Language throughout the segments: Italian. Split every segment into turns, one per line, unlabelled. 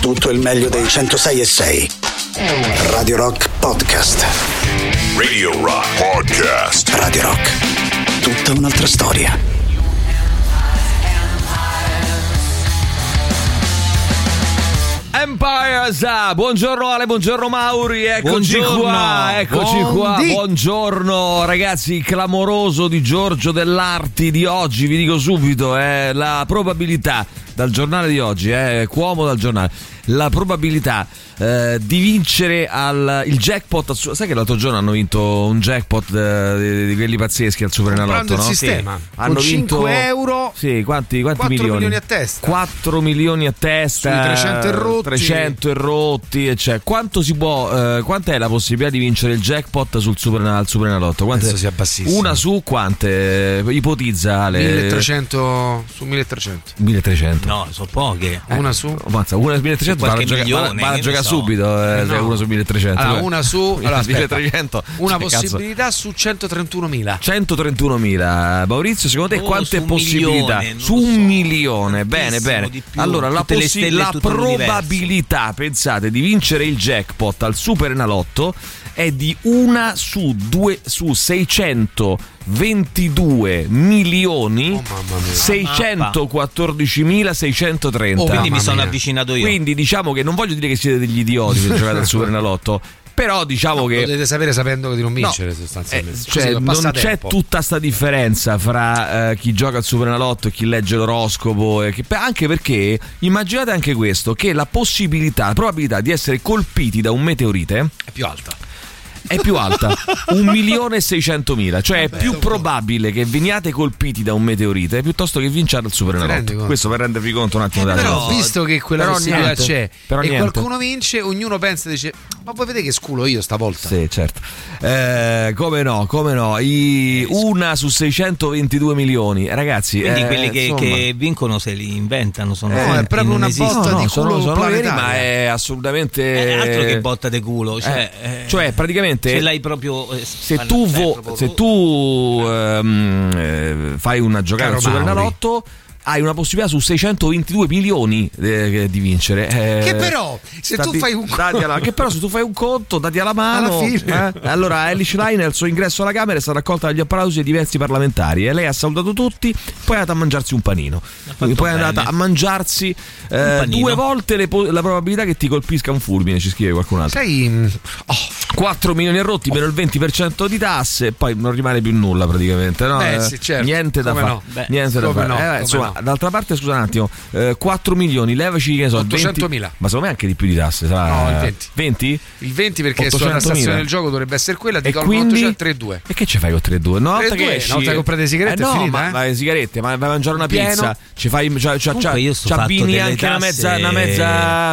tutto il meglio dei 106 e 6. Radio Rock Podcast.
Radio Rock Podcast.
Radio Rock. Tutta un'altra storia.
Empires, ah, buongiorno Ale, buongiorno Mauri, eccoci
Buongiorno.
qua, eccoci qua,
Buondì.
buongiorno ragazzi, il clamoroso di Giorgio dell'Arti di oggi, vi dico subito, eh, la probabilità dal giornale di oggi, eh, Cuomo dal giornale, la probabilità eh, di vincere al, il jackpot, al su- sai che l'altro giorno hanno vinto un jackpot eh, di, di quelli pazzeschi al Superenalotto,
Comprando il
no?
sistema.
Sì. hanno
Con
vinto
5 euro,
sì, quanti, quanti
4
milioni?
milioni a testa.
4 milioni a testa,
Sui 300 e rotti.
300 e rotti, Eh, e cioè, quanto si può, eh, quant'è la possibilità di vincere il jackpot sul Super, al Superenalotto? Quante-
Penso sia bassissimo.
Una su quante? Ipotizza Ale.
1300 su 1300.
1300.
No, sono poche.
Eh,
Una su
Mazza, una su 1300 va a
qualche
giocare
milione, che ne so.
subito, eh, cioè,
no.
una su 1300.
Allora,
eh.
Ah, una su allora, aspetta.
1300.
Una
Cioè, cazzo.
possibilità su 131.000.
131.000 Maurizio secondo te
Oh,
quante
su un
possibilità?
milione, non
su
lo
un
so.
milione bene
Tantissimo
bene
di più.
allora la,
Tutte le
possi-
stelle e
la
tutto
probabilità pensate di vincere il jackpot al Super Enalotto è di 1 su 2 su 622 milioni
Oh, mamma mia.
614.630
Oh,
Quindi
Mamma
mi sono
mia.
avvicinato io.
Quindi diciamo che non voglio dire che siete degli idioti per giocare al Super Enalotto però diciamo
Lo
che
dovete sapere sapendo di non
No,
vincere
eh,
sostanzialmente. Così
cioè,
va
non c'è
passatempo.
tutta sta differenza fra eh, chi gioca al Supernalotto e chi legge l'oroscopo. e chi- beh, anche perché immaginate anche questo: che la possibilità, la probabilità di essere colpiti da un meteorite
è più alta.
è più alta, 1.600.000, cioè è più probabile che veniate colpiti da un meteorite piuttosto che vinciate al
rendi
Supernalotto.
conto? Eh,
Questo per rendervi conto un attimo della
Però
cosa.
visto che quella
però
possibilità
niente,
c'è
però
e
niente.
qualcuno vince, ognuno pensa e dice "Ma voi vedete che sculo io stavolta?"
Sì, certo. Eh, come no, come no.
Eh,
I- una su 622 milioni. Ragazzi,
Quindi
eh,
quelli che,
insomma. Eh,
che vincono se li inventano. Sono
No, è proprio
non
una
esistono.
botta Cioè, di culo
veri,
planetaria.
ma è assolutamente.
Eh, altro che botta di culo. Cioè,
Eh,
eh,
cioè, praticamente-
Ce l'hai proprio. eh,
se
fanno-
tu,
eh,
vo-
proprio-
se tu ehm, eh, fai una giocata al
Caro
Supernalotto, hai una possibilità su 622 milioni eh, di vincere. Eh,
Che però, se tu fai un
dati alla- che però se tu fai un conto, dati alla mano.
Alla fine.
eh, allora, Alice Line al suo ingresso alla Camera è stata accolta dagli applausi di diversi parlamentari e lei ha salutato tutti, poi è andata a mangiarsi un panino. Quindi poi è
bene.
andata a mangiarsi eh,
panino.
due volte le po- la probabilità che ti colpisca un fulmine, ci scrive qualcun altro.
Sai mh, oh,
4 milioni e rotti meno il 20% di tasse, poi non rimane più nulla praticamente. No?
Beh,
Eh,
sì, certo.
Niente da
Come
fare.
no? Beh,
Niente da
come
fare.
no,
Eh,
come
insomma,
no.
d'altra parte, scusa un attimo, eh, 4 milioni, levaci che ne so,
800.000.
20 Ma secondo me anche di più di tasse, sarà-
No, il 20.
20?
il 20 perché sulla
800.000.
tassazione del gioco dovrebbe essere quella, ti cioè,
E
tolgono
quindi
832.
E che ci fai con 3,2? No, volta
3,2,
che
una
esci-
volta che comprate le sigarette
Eh
è
no,
finita,
ma,
eh?
ma le sigarette, ma vai a mangiare una
Pieno.
pizza, ci fai cioè, ci- ci-
Comunque
ci-
io sto
ci
fatto
abbini
delle
anche una
tasse-
mezza, una mezza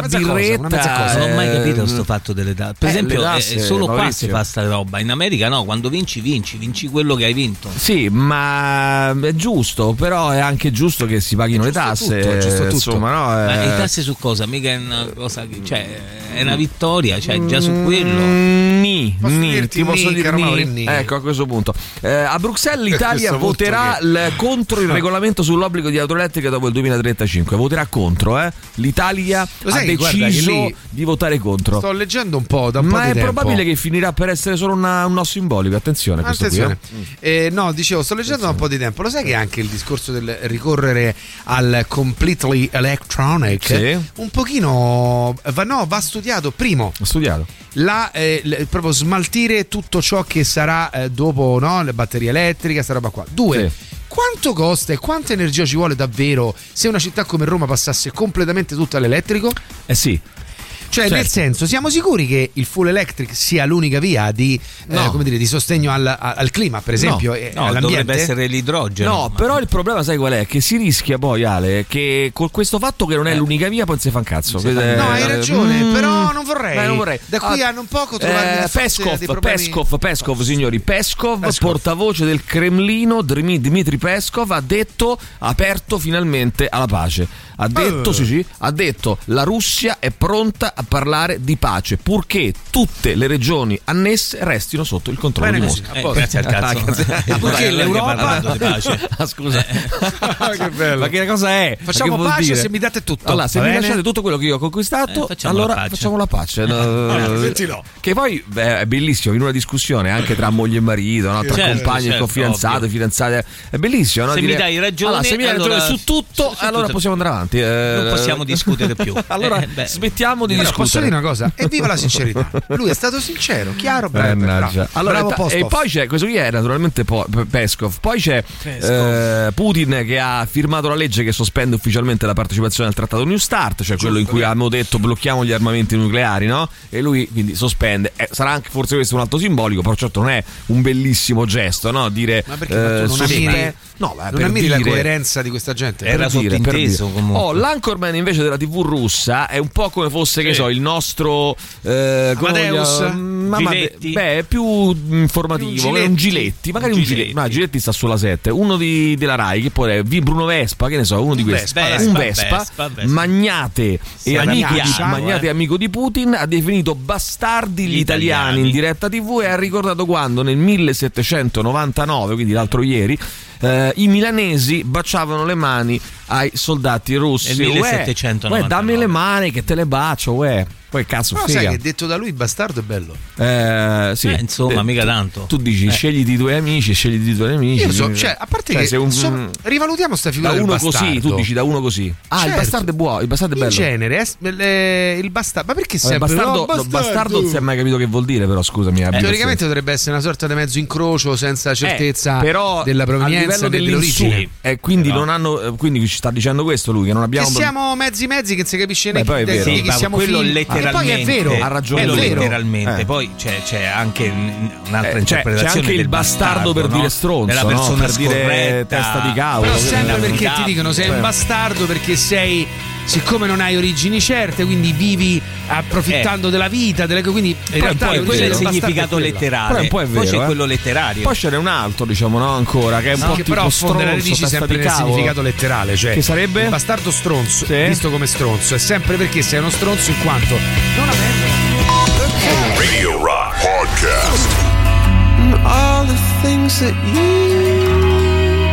Mezza cosa, una
birretta.
mezza cosa.
Non ho mai
eh,
capito sto fatto delle tasse. Per
eh,
esempio,
le
eh,
tasse,
solo qua
Maurizio.
si fa sta roba. In America no, quando vinci, vinci, vinci quello che hai vinto.
Sì, ma è giusto, però è anche giusto che si paghino le
giusto
tasse.
tutto, è giusto tutto.
Insomma, no,
Ma
eh,
le tasse su cosa? Mica è una cosa che- cioè, è una vittoria, cioè già su quello.
Mm, Ni,
Posso
ni,
dirti
ti posso
ni,
dire
caro
ni?
Mauro, ni.
Ecco, a questo punto. Eh, a Bruxelles l'Italia
A questo punto
voterà
che-
il- contro il regolamento sull'obbligo di autoelettriche dopo il 2035. Voterà contro, eh? L'Italia
Lo
ha
sai che guarda che
deciso
lì-
di votare contro.
Sto leggendo un po' da un po'
Ma
di
è
tempo.
probabile che finirà per essere solo una- un no simbolico. Attenzione, a questo
Attenzione,
qui. eh.
Eh, no, dicevo, sto leggendo da un po' di tempo. Lo sai che anche il discorso del ricorrere al completely electronic
Sì.
un pochino va, no, va studiato. Primo,
eh. Ho studiato.
la, eh, l- proprio smaltire tutto ciò che sarà eh, dopo no, le batterie elettriche, sta roba qua. Due, quanto costa e quanta energia ci vuole davvero se una città come Roma passasse completamente tutta all'elettrico?
Eh sì,
Cioè,
Certo.
nel senso, siamo sicuri che il full electric sia l'unica via di, eh,
No.
come dire, di sostegno al, a- al clima, per esempio, e
No, dovrebbe
all'ambiente?
essere l'idrogeno.
eh, No,
ma-
però il problema sai qual è? Che si rischia poi Ale che con questo fatto che non è l'unica via poi si fa un cazzo. Questo è-
Eh. No, hai ragione,
eh, Mm.
però non vorrei.
Dai, non vorrei.
Da qui
Ah,
a non poco trovarmi
eh,
di fronte a dei
Peskov,
problemi-
Peskov, Peskov, signori, Peskov,
Peskov.
portavoce del Cremlino, Dmi- Dmitry Peskov ha detto
Eh.
aperto finalmente alla pace. Ha detto, sì, sì, ha detto la Russia è pronta a parlare di pace, purché tutte le regioni annesse restino sotto il controllo
Bene,
di
così.
Mosca.
Eh, grazie al
Ah,
cazzo.
grazie.
Eh,
perché
lei che
l'Europa-
ha parlato di pace.
Ah, scusa,
che bello.
Eh. ma che cosa è? Ma
Facciamo
che vuol
pace
dire?
se mi date tutto.
Allora, se
Va
mi
bene?
lasciate tutto quello che io ho conquistato,
Eh, facciamo
allora
la pace.
facciamo la pace. No,
sentilo.
Che poi beh, è bellissimo in una discussione anche tra moglie e marito, no? tra
Certo,
compagni e
certo,
confidanzate,
ovvio.
fidanzate. È bellissimo. No?
Se mi
Dire-
dai ragione,
allora, se mi dai ragione
allora-
su tutto,
su- su
allora
tutto.
possiamo andare avanti.
Non
eh.
possiamo discutere più.
allora
Eh, beh.
smettiamo di
Però posso
discutere.
dire una cosa? Evviva la sincerità. Lui è stato sincero, chiaro, bravo.
Mannaggia.
bravo.
Allora,
Bravo
ta-
Postov.
e poi c'è questo qui è naturalmente Po- P- Peskov poi c'è eh, Putin che ha firmato la legge che sospende ufficialmente la partecipazione al trattato New Start cioè quello in cui abbiamo detto blocchiamo gli armamenti nucleari no? e lui quindi sospende Eh, sarà anche forse questo un atto simbolico però certo non è un bellissimo gesto no? dire
Ma perché ma tu non
sospende-
ammiri,
no, ma
non
per
ammiri la
dire-
coerenza di questa gente?
Era
per dire, per
sottinteso
dire.
comunque.
Oh, l'Anchorman invece della TV russa è un po' come fosse, che so, il nostro eh, come
Amadeus?
voglio- mm, Amade-
Giletti?
beh, è più informativo,
Più un
è un
Giletti.
Giletti, magari un
Un
Giletti,
Giletti.
ma Giletti sta sulla 7, uno di- della Rai che poi è Vi- Bruno Vespa, che ne so, uno di questi.
Vespa, dai.
un
Vespa,
Vespa,
Vespa, Vespa.
magnate e amico di,
magnacciamo,
magnate
eh.
amico di Putin ha definito bastardi gli,
Gli
italiani.
italiani.
in diretta TV e ha ricordato quando nel 1799, quindi l'altro ieri, eh, i milanesi baciavano le mani ai soldati russi.
Nel
Uè,
1799.
uè, dammi le mani che te le bacio, uè. Poi cazzo,
Però sai
figa.
che detto da lui bastardo è bello.
Eh, sì.
Eh, insomma,
Eh,
mica
tu-
tanto.
Tu dici,
Eh.
scegliti i tuoi amici, scegliti i tuoi nemici.
Io so, cioè, a parte
Cioè,
che
se un-
so- rivalutiamo sta
da
figura del
uno
bastardo.
così, tu dici da uno così. Ah, il
Certo.
bastardo è buono, il bastardo è
In
bello.
genere, eh, eh, il bastardo. Ma perché
Vabbè,
sempre
bastardo,
"Oh,
bastardo. non si è
bastardo"? Eh,
mai capito che vuol dire, però scusami. eh. abbi
Teoricamente dovrebbe essere una sorta di mezzo incrocio senza certezza
Eh, però
della
a
provenienza
livello
e dell'origine.
dell'origine e quindi non hanno eh, quindi ci sta dicendo questo lui che non
Che
abbiamo
siamo mezzi mezzi che non si capisce
Beh, poi è
neanche
vero.
di
Sì,
chi
ma
siamo
quello
figli. E poi
letteralmente.
è vero,
Ha ragione
Quello
è vero.
letteralmente.
Eh.
Poi c'è, c'è anche n- un'altra
Eh, cioè,
interpretazione.
c'è anche il
del
bastardo per
no?
dire stronzo,
Della
no?
persona
Per dire
scorretta.
testa di cavolo.
Però
Quello che
sempre
non è
perché ti dicono sei un bastardo perché sei siccome non hai origini certe, quindi vivi
Eh.
approfittando della vita, delle co- quindi in
Poi,
realtà
poi quello è il
l'origine del bastardo
significato
quella.
letterale.
Però un po' è
poi
vero,
c'è
eh.
quello letterario.
Poi ce n'è un altro, diciamo, no, ancora che è un
No,
po'
che
tipo
però affonda le
stronzo,
radici
testa
sempre
di
nel
cavolo.
significato letterale, cioè
Che sarebbe?
il bastardo stronzo,
Sì.
visto come stronzo, è sempre perché sei uno stronzo in quanto non avendo
Radio Rock Podcast.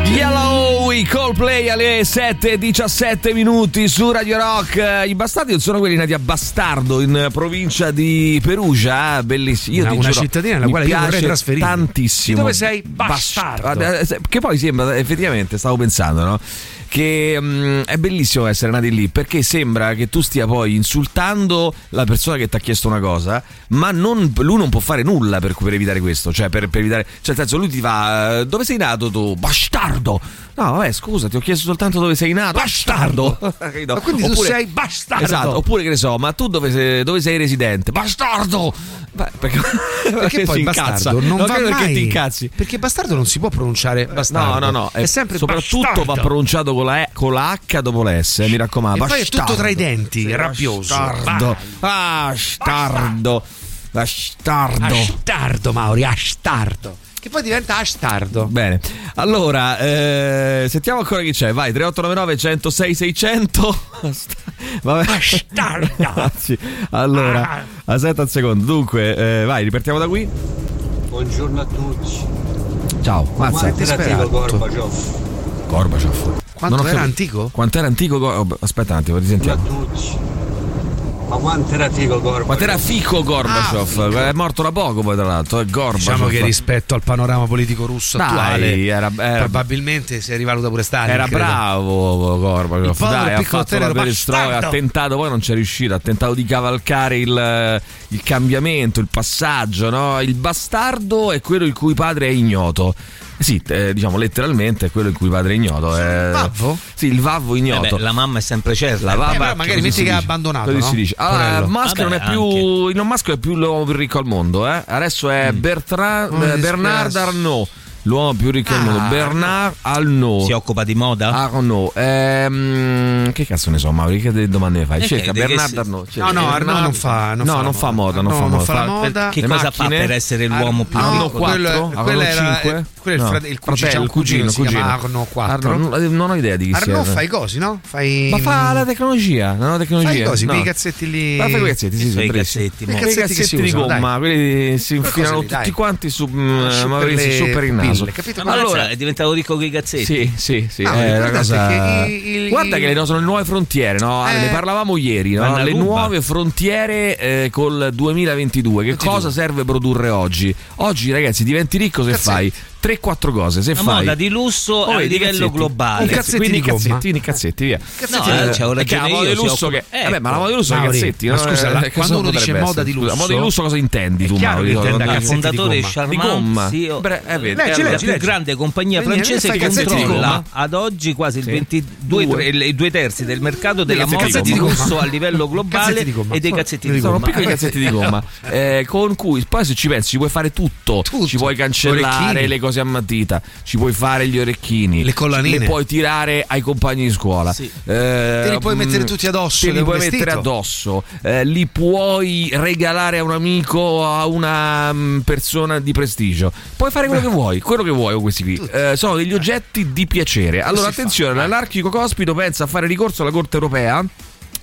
Yellow i Coldplay alle 7:17 minuti su Radio Rock. Eh, I bastardi non sono quelli nati a Bastardo in eh, provincia di Perugia, eh, bellissimo. Io
Una-
ti
una
giuro,
cittadina nella
mi
quale io
piace
vorrei trasferirmi.
tantissimo.
Di dove sei? Bastardo.
Guarda, eh, se- Che poi sembra effettivamente stavo pensando, no? Che mm, è bellissimo essere nati lì perché sembra che tu stia poi insultando la persona che ti ha chiesto una cosa, ma non- lui non può fare nulla per, per evitare questo. Cioè, per, per evitare, cioè, nel senso, lui ti fa: eh, Dove sei nato tu? Bastardo! No, vabbè, scusa, ti ho chiesto soltanto dove sei nato. Bastardo! Capito?
Ma quindi tu sei bastardo!
Esatto, oppure che ne so, ma tu dove sei, dove sei residente? Bastardo! Beh, perché,
perché poi
si incazza.
bastardo non
No,
va
credo perché
mai
ti incazzi.
perché bastardo non si può pronunciare bastardo
No, no, no.
è,
eh,
sempre
soprattutto
bastardo.
va pronunciato con la, E- con la H dopo la S, eh, mi raccomando.
E poi è
Bastardo.
tutto tra i denti, rabbioso.
Bastardo. Bastardo. Bastardo.
astardo Mauri astardo che poi diventa astardo
Bene, allora eh, sentiamo ancora chi c'è. Vai 3899 106 600. Vabbè.
Bastardo.
Sì. Allora,
Ah.
aspetta un secondo. Dunque, eh, vai, ripartiamo da qui.
Buongiorno a tutti.
Ciao, mazza.
Quanto era
sperato.
antico Gorbaciov?
Gorbaciov.
Quanto
Non ho
era
capito.
antico?
Quanto era antico? Gor- oh, Aspetta un attimo,
Buongiorno
risentiamo.
a tutti. Ma quanto era antico Gorbaciov?
Quanto era fico Gorbaciov? È morto da poco poi tra l'altro, eh, è Gorbaciov.
Ah, diciamo che rispetto al panorama politico russo
Dai,
attuale
era- era-
probabilmente si è rivaluta pure Stalin
era
eh, credo.
bravo
Il
Gorbaciov,
povero
dai, ha
piccolo
fatto la
tenero
perestroia, ha
bastardo.
tentato, poi non c'è riuscito, ha tentato di cavalcare il, il cambiamento, il passaggio, no? Il bastardo è quello il cui padre è ignoto. Eh Sì, eh, diciamo letteralmente è quello il cui padre è ignoto. eh.
vavvo?
Sì, il vavvo
Eh beh,
ignoto.
la mamma è sempre certa. Eh,
La
però
vava,
magari
così
metti
si
che ha
dice.
abbandonato,
Così
no?
si dice. Allora,
Porello.
Musk non è
Vabbè,
più. Elon Musk è più l'uomo più ricco al mondo, eh? Adesso è Bertrand,
Oh, mi
eh, Bernard
dispiace.
Arnault. l'uomo più ricco del mondo,
Ah.
Bernard Arnault.
Si occupa di moda?
Arnault, ehm, che cazzo ne so, Mauri? Che de- domande ne fai?
Eh,
Cerca
che- che-
Bernard
che-
Arnault. cerca.
No, no, Arnaud
Bernard-
non fa. Non
no,
fa la
non fa moda, non
No,
fa moda.
Non fa la
Fa-
moda.
Che
Le
cosa fa
macchine?
per essere l'uomo più
Arno-
ricco?
Arno
no, quello-
4,
quello
Arno
era-
5,
quello è il frate- il cugino, c'è un cugino, si chiama Arno 4.
non, non ho idea di chi
Arnaud
sia.
fa i cosi, no? Fai.
Ma fa la tecnologia, la nanotecnologia.
Fai i cosi,
no.
quei cazzetti lì.
Ma fai quei cazzetti, sì,
Che
sì,
fai i
bravissimo.
cazzetti,
Quei
mo?
cazzetti,
Quei cazzetti che
di
si usano,
gomma, quelli si
Qualcosa
infilano
lì, dai.
tutti quanti su,
Su
mm, Maurizio,
per
su
le
per il naso.
pille, capito?
Ma
Allora-
allora, è diventato ricco con i cazzetti.
cioè, Sì, sì, sì.
Ah,
eh,
ricordate
la cosa-
che i- i-
Guarda
i-
che le no- sono le nuove frontiere, no? Ah,
Eh.
ne parlavamo ieri, no?
Vanno a
le
ruba.
nuove frontiere eh, col 2022. Che
22.
cosa serve produrre oggi? Oggi, ragazzi, diventi ricco se
Cazzetti.
fai 3-4 cose. Se
Una
fai
moda di lusso
Oh,
a
vedi,
livello
cazzetti.
globale.
Un cazzetti
Quindi
di gomma.
cazzettini,
cazzettini, cazzetti, via. cioè,
Cazzetti
No, eh,
di-
c'è un
perché la moda
ragione
di
io, si
lusso che eh,
occupa-
vabbè, ma la
Ecco.
moda di lusso sono i
Mauri,
cazzetti,
ma
no?
scusa,
Eh,
la-
cosa
quando uno dice
potrebbe
moda di
essere? Scusa,
lusso-
moda di lusso cosa intendi tu,
chiaro
Mauri? Cioè,
che
Cosa-
intenda
Il
Cazzetti di
fondatore
gomma.
di
Charmant,
gomma.
sì, oh,
Beh, eh, vedi,
Leggi,
allora,
la
leggi,
più
leggi.
grande compagnia
Vieni,
eh,
francese
vieni, fai i cazzetti di
controlla
gomma.
ad oggi quasi il
Sì.
22 tre- le- i due terzi del mercato della
Dei
moda
cazzetti
di
di gomma.
lusso a livello globale
Cazzetti di gomma.
e dei
Sono-
cazzetti di
sono
gomma.
piccoli cazzetti di gomma eh, con cui poi se ci pensi ci puoi fare tutto,
Tutto.
ci puoi cancellare
Orecchini.
le cose a matita ci puoi fare gli orecchini
Le collanine.
le puoi tirare ai compagni di scuola
Sì.
Eh,
Te li puoi
mm,
mettere tutti addosso,
te li
è un
puoi
vestito.
mettere addosso eh, li puoi regalare a un amico a una mm, persona di prestigio puoi fare quello che vuoi quello che vuoi con questi qui Eh, sono degli oggetti di piacere allora attenzione l'anarchico cospito pensa a fare ricorso alla corte europea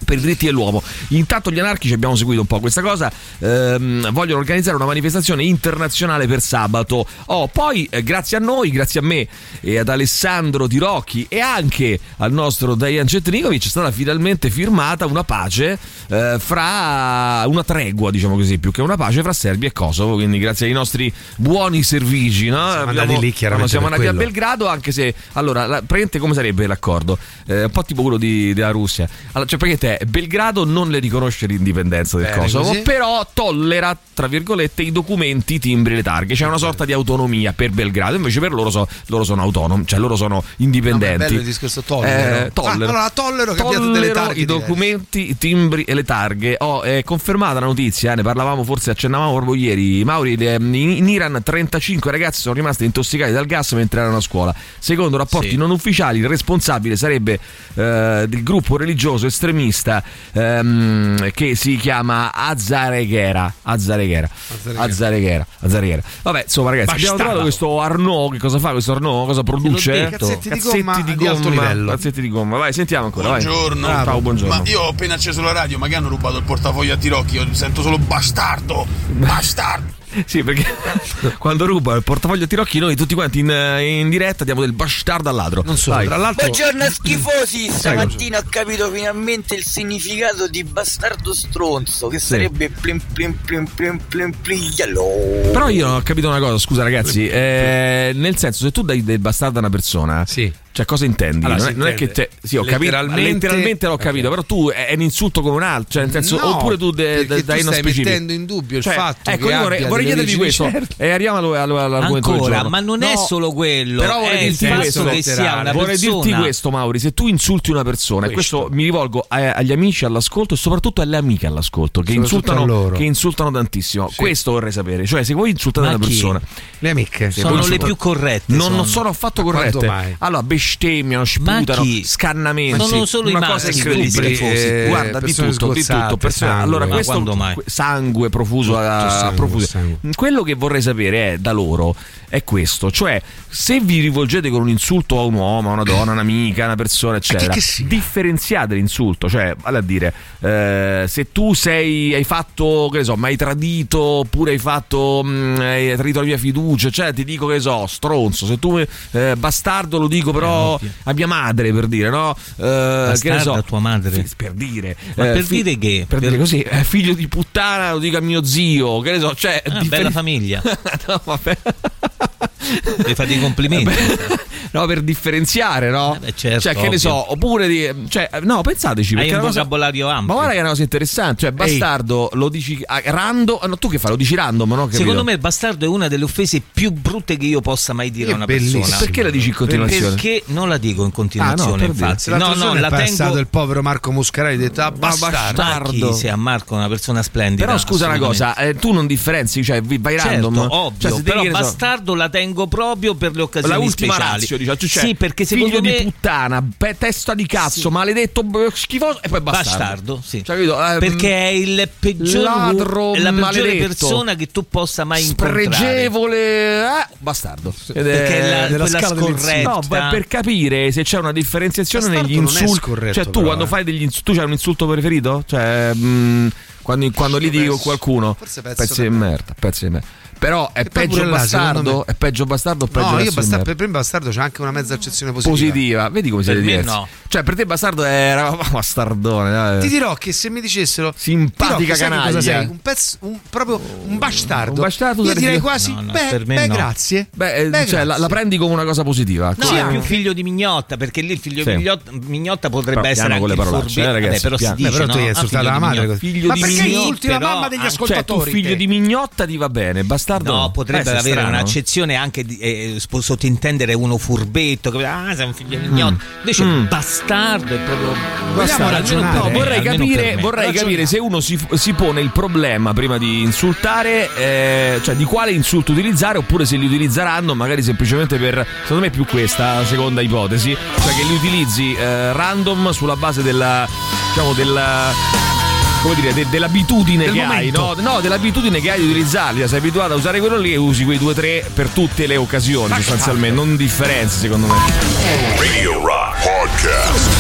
per i diritti dell'uomo. Intanto gli anarchici abbiamo seguito un po' questa cosa, ehm, vogliono organizzare una manifestazione internazionale per sabato. Oh, poi eh, grazie a noi, grazie a me e ad Alessandro Tirocchi e anche al nostro Dayan Cetrinovic è stata finalmente firmata una pace eh, fra una tregua, diciamo così, più che una pace fra Serbia e Kosovo, quindi grazie ai nostri buoni servigi, no?
andati lì, chiaramente,
siamo
per
andati a
quello.
Belgrado anche se allora la, praticamente come sarebbe l'accordo Eh, un po' tipo quello di- della Russia allora, cioè praticamente è Belgrado non le riconosce l'indipendenza del
Bene,
Kosovo
così.
però tollera tra virgolette i documenti i timbri e le targhe c'è una sorta di autonomia per Belgrado invece per loro, so- loro sono autonomi cioè loro sono indipendenti Eh,
No, ma è bello il discorso tollero.
tollero.
Ah, allora, tollero che abbia tutte le
Tollero
targhe
i
diverse.
documenti i timbri e le targhe oh, è confermata la notizia eh, ne parlavamo forse accennavamo proprio ieri Mauri le- mm, in, in Iran 35 ragazzi sono rimasti intossicati dal gas mentre erano a scuola secondo rapporti
Sì.
non ufficiali il responsabile sarebbe eh, del gruppo religioso estremista ehm, che si chiama Azareghera Azareghera
Azareghera.
Azareghera Azareghera vabbè insomma ragazzi abbiamo
Bastardo.
trovato questo Arnaud che cosa fa questo Arnaud cosa produce
detto.
Cazzetti di gomma di alto livello.
Cazzetti di gomma, vai, sentiamo ancora. vai.
Buongiorno.
Ciao, buongiorno.
Ma io ho appena acceso la radio, ma che hanno rubato il portafoglio a Tirocchi? Io sento solo bastardo! Bastardo!
Sì, perché quando ruba il portafoglio a Tirocchi, noi tutti quanti in, in diretta diamo del bastardo al ladro.
Non solo,
Vai.
tra l'altro.
Buongiorno schifosi, stamattina ho capito finalmente il significato di bastardo stronzo che sarebbe plim plim plim plim plim pliglialo.
Però io non ho capito una cosa, scusa ragazzi, eh, nel senso se tu dai del bastardo a una persona,
Sì.
cioè cosa intendi?
Allora,
non, è,
si
non è che
intende
te... Sì, ho capito,
letteralmente-
letteralmente l'ho capito, però tu è, è un insulto come un altro, cioè nel senso,
No,
oppure tu de- de-
perché tu
dai uno
stai
specifico.
mettendo in dubbio il
Cioè,
fatto
Ecco,
che
io
abbia
vorrei, vorrei
delle
chiederti
origini
questo
certe.
e arriviamo allo- allo- all'argomento del
Ancora,
giorno.
ma non è
No,
solo quello.
però vorrei
è il
dirti questo
fatto che
letterale.
sia una
Vorrei
persona.
dirti questo, Mauri. Se tu insulti una persona, e questo mi rivolgo a- agli amici all'ascolto e soprattutto alle amiche all'ascolto, che,
Soprattutto a
insultano,
loro.
che insultano tantissimo. Questo vorrei sapere. Cioè, se voi insultate
Ma
una
chi?
persona,
Le amiche.
Sono le più corrette.
non,
sono.
non sono affatto
Ma quando
corrette.
mai?
Allora, bestemmiano, sputano,
chi?
scannamenti.
Sono solo i
una cosa
maschi
incredibile.
quelli schifosi.
Eh, Guarda, di
persone
tutto, di
sgozzate,
tutto. persone-
sangue.
allora,
Ma
questo
quando mai?
que- sangue profuso a,
sangue,
a profuso.
sangue.
Mm, Quello che vorrei sapere è, da loro è questo: cioè, se vi rivolgete con un insulto a un uomo, a una donna, un'amica, una persona, eccetera,
Eh, che sia?
differenziate l'insulto. Cioè, vale a dire, eh, se tu sei, hai fatto, che ne so, ma hai tradito, oppure hai fatto, mh, hai tradito la mia fiducia, cioè ti dico che ne so, stronzo. Se tu eh, bastardo lo dico però a mia madre per dire, no? Eh, che ne so,
Eh, a tua madre.
Fi- per dire,
Ma per
fi-
dire che?
per
Per-
dire così, eh, figlio di puttana lo dico a mio zio, che ne so, cioè
Ah,
differen-
bella famiglia.
no, vabbè. Eh,
Le fate i complimenti.
no, per differenziare, no?
Eh beh, certo,
cioè, che ne
ovvio.
so, oppure di. Cioè, no, pensateci.
Hai
perché è
un
una cosa-
vocabolario
Ma
ampio.
guarda che è una cosa interessante. Cioè, bastardo lo dici a- rando. ah, No, tu che fai? Lo dici random, no? Capito?
Secondo me bastardo è una delle offese più brutte che io possa mai dire
È
a una
bellissimo.
persona.
Perché la dici in continuazione?
Perché non la dico in continuazione,
Ah, no, per
infatti.
L'altro
No, no,
giorno
la
è passato
tengo
il povero Marco Muscarelli di età
bastardo.
bastardo.
Ma chi se a Marco è una persona splendida.
Però scusa una
assolutamente.
cosa, eh, tu non differenzi, cioè vi- vai
Certo,
random.
ovvio,
Cioè, se devi,
però
che ne so,
bastardo la tengo proprio per le occasioni
la ultima
speciali.
razio, diciamo, cioè,
sì, perché
figlio
secondo me
di puttana, pe- testa di cazzo, maledetto, b- schifoso e poi bastardo.
bastardo, sì.
Cioè, capito? Ehm,
perché è il peggior
ladro
è la peggiore
maledetto.
persona che tu possa mai incontrare.
spregevole, eh, bastardo. Ed è-
Perché la-
della
quella
scala del-
scorretta-
No, ma per capire se c'è una differenziazione
Bastardo
negli
non è
insulti.
scorretto,
cioè, tu
però,
quando
eh.
fai degli insulti, tu c'hai un insulto preferito? Cioè, mh, quando, quando lì
Io
dico
penso-
qualcuno,
forse penso
pezzi di
che-
merda, pezzi di merda. Però è
Che poi
peggio
pure là, secondo
bastardo,
me-
è peggio bastardo o peggio
No,
razzo
io
di
basta-
merda?
per me bastardo c'è anche una mezza accezione positiva.
positiva. Vedi come siete
me
diversi.
no.
Cioè, per te bastardo era bastardone. dai.
Ti dirò che se mi dicessero
Simpatica
"Tirocchi, sai che
canaglia."
cosa sei? Un pezzo, un, proprio un bastardo.
Un bastardo
Io
sarebbe-
direi quasi,
No, no,
beh,
per me
beh,
no.
grazie.
Beh, eh,
Beh,
cioè, la,
grazie.
la prendi come una cosa positiva. ecco.
No,
Così-
è più figlio di Mignotta, perché lì il figlio
Sì.
di Mignotta, Mignotta potrebbe
Però
essere
piano con
anche
le
il
parolacce,
forbetto.
eh,
Vabbè,
ragazzi,
però si
piano.
dice,
Beh, però tu
no?
hai
Ah,
insultato
figlio
la
di
madre.
Mignotta.
così.
Figlio
Ma
di
perché
Mignotta,
insulti la
però,
mamma degli
ah, cioè,
Cioè, tu
ascoltatori?
figlio
te?
di mignotta ti va bene, bastardo.
No,
Eh,
potrebbe
sei
avere
strano.
un'accezione anche di, eh, sp- sottintendere uno furbetto, capito? ah, sei un figlio di Mignotta. Invece
Mm.
bastardo è proprio
Vogliamo
Bastardo, almeno
ragionare.
per
No,
me,
vorrei
almeno
capire,
per me.
vorrei
Ragioniamo.
capire se uno si, si pone il problema prima di insultare, eh, cioè di quale insulto utilizzare, oppure se li utilizzeranno magari semplicemente per. Secondo me è più questa la seconda ipotesi, cioè che li utilizzi eh, random sulla base della. diciamo della. Come dire, de- dell'abitudine
Del
che hai, no? No, dell'abitudine che hai di utilizzarli. Cioè, sei abituato a usare quello lì e usi quei due o tre per tutte le occasioni, sostanzialmente. Non differenze, secondo me.
Radio Rock Podcast.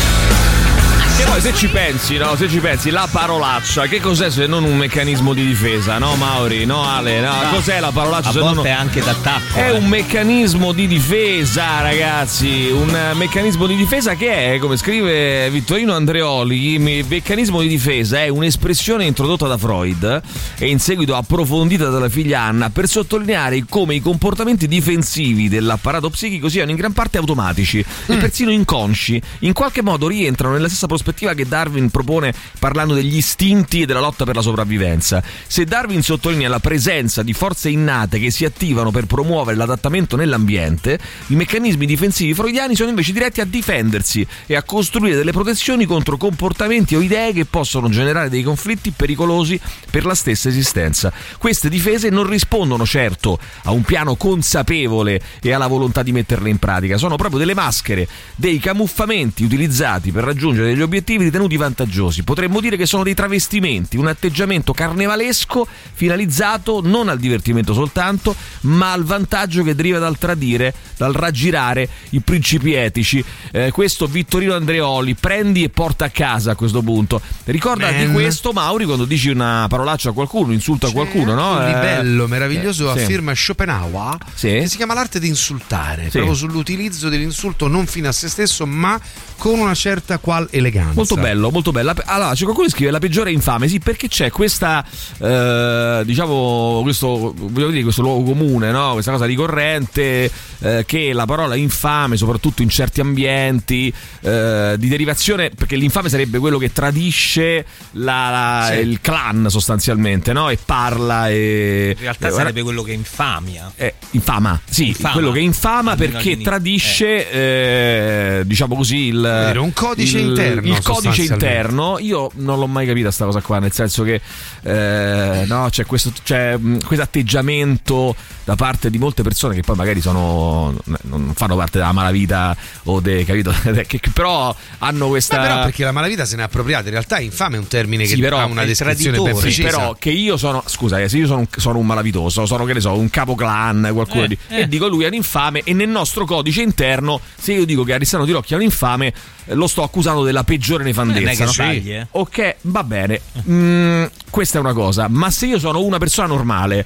Che poi se ci pensi, no? Se ci pensi, la parolaccia, che cos'è se non un meccanismo di difesa, no Mauri? No Ale, no, cos'è la parolaccia
Ah. A
se non
volte è anche da tappo.
È
eh.
un meccanismo di difesa, ragazzi. Un eh, meccanismo di difesa che è, come scrive Vittorino Andreoli, il meccanismo di difesa è un'espressione introdotta da Freud e in seguito approfondita dalla figlia Anna per sottolineare come i comportamenti difensivi dell'apparato psichico siano in gran parte automatici e persino inconsci. In qualche modo rientrano nella stessa prospettiva che Darwin propone parlando degli istinti e della lotta per la sopravvivenza. Se Darwin sottolinea la presenza di forze innate che si attivano per promuovere l'adattamento nell'ambiente, i meccanismi difensivi freudiani sono invece diretti a difendersi e a costruire delle protezioni contro comportamenti o idee che possono generare dei conflitti pericolosi per la stessa esistenza. Queste difese non rispondono certo a un piano consapevole e alla volontà di metterle in pratica, sono proprio delle maschere, dei camuffamenti utilizzati per raggiungere degli obiettivi ritenuti vantaggiosi. Potremmo dire che sono dei travestimenti, un atteggiamento carnevalesco finalizzato non al divertimento soltanto, ma al vantaggio che deriva dal tradire, dal raggirare i principi etici. Eh, questo Vittorino Andreoli, prendi e porta a casa a questo punto. Ricorda di
Man.
questo, Mauri, quando dici una parolaccia a qualcuno, insulta qualcuno, no?
Un
Eh,
libello Cioè, meraviglioso
eh, sì.
a firma Schopenhauer
Sì.
che si chiama L'arte di insultare,
Sì.
proprio sull'utilizzo dell'insulto non fino a se stesso, ma con una certa qual eleganza.
Molto bello, molto bella. Allora, c'è qualcuno che scrive la peggiore infame, sì, perché c'è questa, eh, diciamo, questo, voglio dire, questo luogo comune, no? questa cosa ricorrente, eh, che la parola infame, soprattutto in certi ambienti, eh, di derivazione, perché l'infame sarebbe quello che tradisce la- la-
Sì.
il clan sostanzialmente, no? e parla e...
In realtà
eh,
sarebbe quello che infamia.
eh, infama, sì,
Infama.
quello che infama
Almeno
perché
all'inizio.
tradisce, eh, diciamo così, il,
dire, un codice
il-
interno,
Il codice
sostanzialmente.
interno, io non l'ho mai capita sta cosa qua, nel senso che eh, no, c'è, questo, c'è mh, questo atteggiamento da parte di molte persone che poi magari sono, non fanno parte della malavita o de, capito? che, che però hanno questa...
Ma Eh, però perché la malavita se ne è appropriata, in realtà infame è un termine che
Sì, però
ha una
è
descrizione ben
traditore,
Sì,
precisa.
però che io sono. Scusa, eh, se io sono un, sono un malavitoso, sono che ne so, un capoclan, qualcuno
Eh,
di-
eh.
e dico lui è un infame. E nel nostro codice interno, se io dico che Aristano Tirocchi è un infame, eh, lo sto accusando della peggiore
non è
nefandezza.
che
no?
sbagli, eh.
Ok, va bene. Mm, questa è una cosa, ma se io sono una persona normale.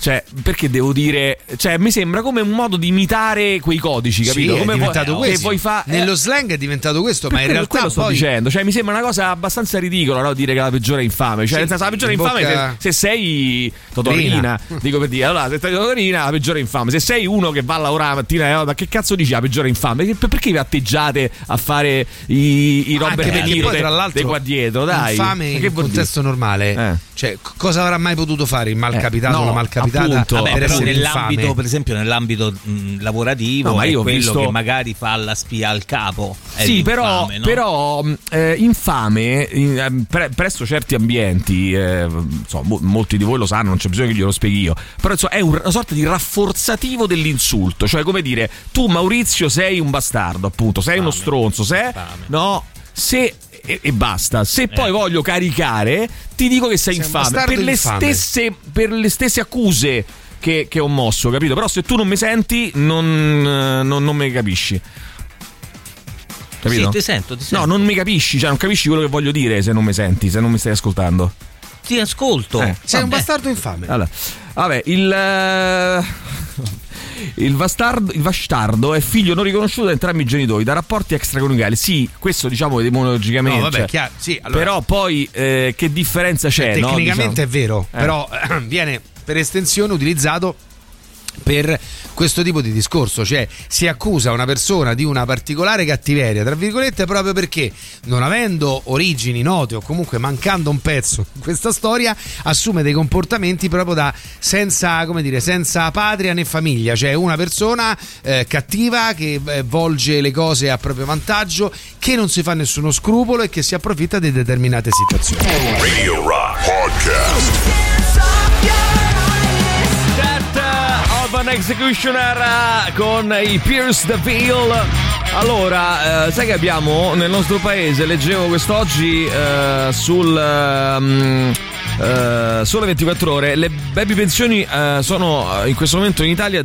Cioè, perché devo dire. Cioè, mi sembra come un modo di imitare quei codici, capito?
Sì,
come
è diventato
vuoi,
questo.
Che vuoi fa-
Nello
eh,
slang è diventato questo,
per
ma in
quello-
realtà
quello sto
poi
dicendo. Cioè, mi sembra una cosa abbastanza ridicola, no? Dire che la peggiore è infame.
Sì,
Cioè, nel senso, la peggiore è
in
infame
bocca-
se, se sei Totorina. Dico per dire, allora, se sei Totorina, la peggiore è infame. Se sei uno che va a lavorare la mattina e oh, ma che cazzo dici la peggiore è infame? Che- per- Perché vi atteggiate a fare i, i Robert
anche
De
perché
Niro
poi
de-
tra
de
l'altro
qua dietro, dai.
infame
Ma che
in
vuol dire?
contesto normale
Eh.
cioè c- cosa avrà mai potuto fare il
Eh,
malcapitato o
no,
la malcapitata
appunto.
per
Vabbè,
però
essere
nell'ambito,
infame
per esempio, nell'ambito mh, lavorativo,
No, ma
è
io ho
quello
visto-
che magari fa la spia al capo. è
Sì, però,
l'infame, no?
però, mh, eh, infame in- eh, pre- presso certi ambienti, eh, insomma, mo- molti di voi lo sanno, non c'è bisogno che glielo spieghi io, però insomma, è un- una sorta di rafforzativo dell'insulto, cioè come dire, tu Maurizio sei un bastardo, appunto, sei uno stronzo, se
infame.
no, se e, e basta, se poi voglio caricare, ti dico che sei,
Sei un
infame
bastardo
per le
infame.
stesse per le stesse accuse che, che ho mosso, capito? Però se tu non mi senti, non, eh, non- non mi capisci. Capito?
Sì, ti sento, ti sento.
No, non mi capisci, cioè non capisci quello che voglio dire se non mi senti, se non mi stai ascoltando.
Ti ascolto.
Eh,
sei un
Vabbè.
bastardo infame
Allora, vabbè, il. eh, Il bastardo, il bastardo è figlio non riconosciuto da entrambi i genitori, da rapporti extraconiugali. Sì, questo diciamo etimologicamente.
No, vabbè,
cioè,
chiaro, sì, allora- Cioè,
Però poi eh, che differenza c'è? no,
tecnicamente
diciamo?
è vero però viene per estensione utilizzato per questo tipo di discorso, cioè si accusa una persona di una particolare cattiveria, tra virgolette, proprio perché non avendo origini note o comunque mancando un pezzo in questa storia, assume dei comportamenti proprio da senza, come dire, senza patria né famiglia, cioè una persona eh, cattiva che eh, volge le cose a proprio vantaggio, che non si fa nessuno scrupolo e che si approfitta di determinate situazioni.
Radio Rock Podcast.
Death of an uh, Executioner eh, con i Pierce the Veil. Allora, eh, sai che abbiamo nel nostro paese, leggevo quest'oggi eh, sul eh, mm, eh, Sole 24 ore, le baby pensioni eh, sono eh, in questo momento in Italia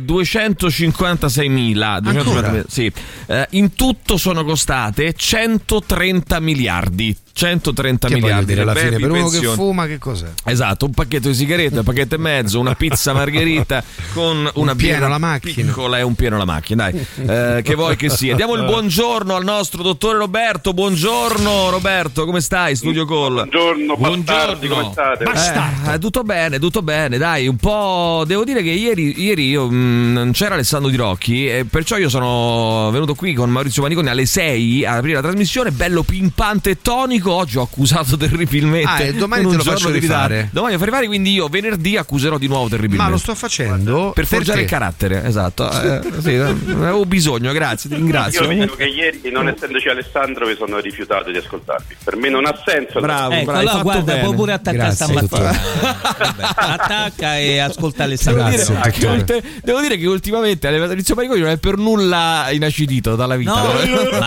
256.000. 256.000, sì. Eh, in tutto sono costate 130 miliardi. 130
Che voglio
miliardi
dire
le
alla fine,
baby
per uno che
pensioni.
fuma, che cos'è?
Esatto, un pacchetto di sigarette, un pacchetto e mezzo, una pizza margherita con una
pieno
birra
alla macchina. Eh.
piccola e un pieno alla macchina. Dai, eh, che vuoi che sia. Diamo il buongiorno al nostro dottore Roberto. Buongiorno Roberto, come stai? Studio Call.
Mm, Buongiorno, bastardi, come state?
Eh, eh, tutto bene, tutto bene, dai, un po'. Devo dire che ieri, ieri io, mh, non c'era Alessandro Di Rocchi, e perciò io sono venuto qui con Maurizio Maniconi alle 6 ad aprire la trasmissione, bello pimpante e tonico. Oggi ho accusato terribilmente.
Ah, e domani
con
te lo
un giorno
faccio
di ritardo.
rifare.
Domani lo fai rifare, quindi io venerdì accuserò di nuovo terribilmente.
Ma lo sto facendo
per forgiare
te.
il carattere, esatto. Eh, sì, eh, avevo bisogno, grazie, ti
Io
ringrazio.
vedo che ieri,
Mm.
non essendoci Alessandro, mi sono rifiutato di ascoltarvi. Per me non ha senso.
Bravo,
Ecco,
bravo, hai
allora
fatto
guarda,
bene.
puoi pure attaccare
Grazie,
stamattina. Vabbè, Attacca e ascolta Alessandro.
Grazie,
Devo dire che
dottore.
ulti- devo dire che ultimamente Alessandro Maniconi non è per nulla inacidito dalla vita.
No,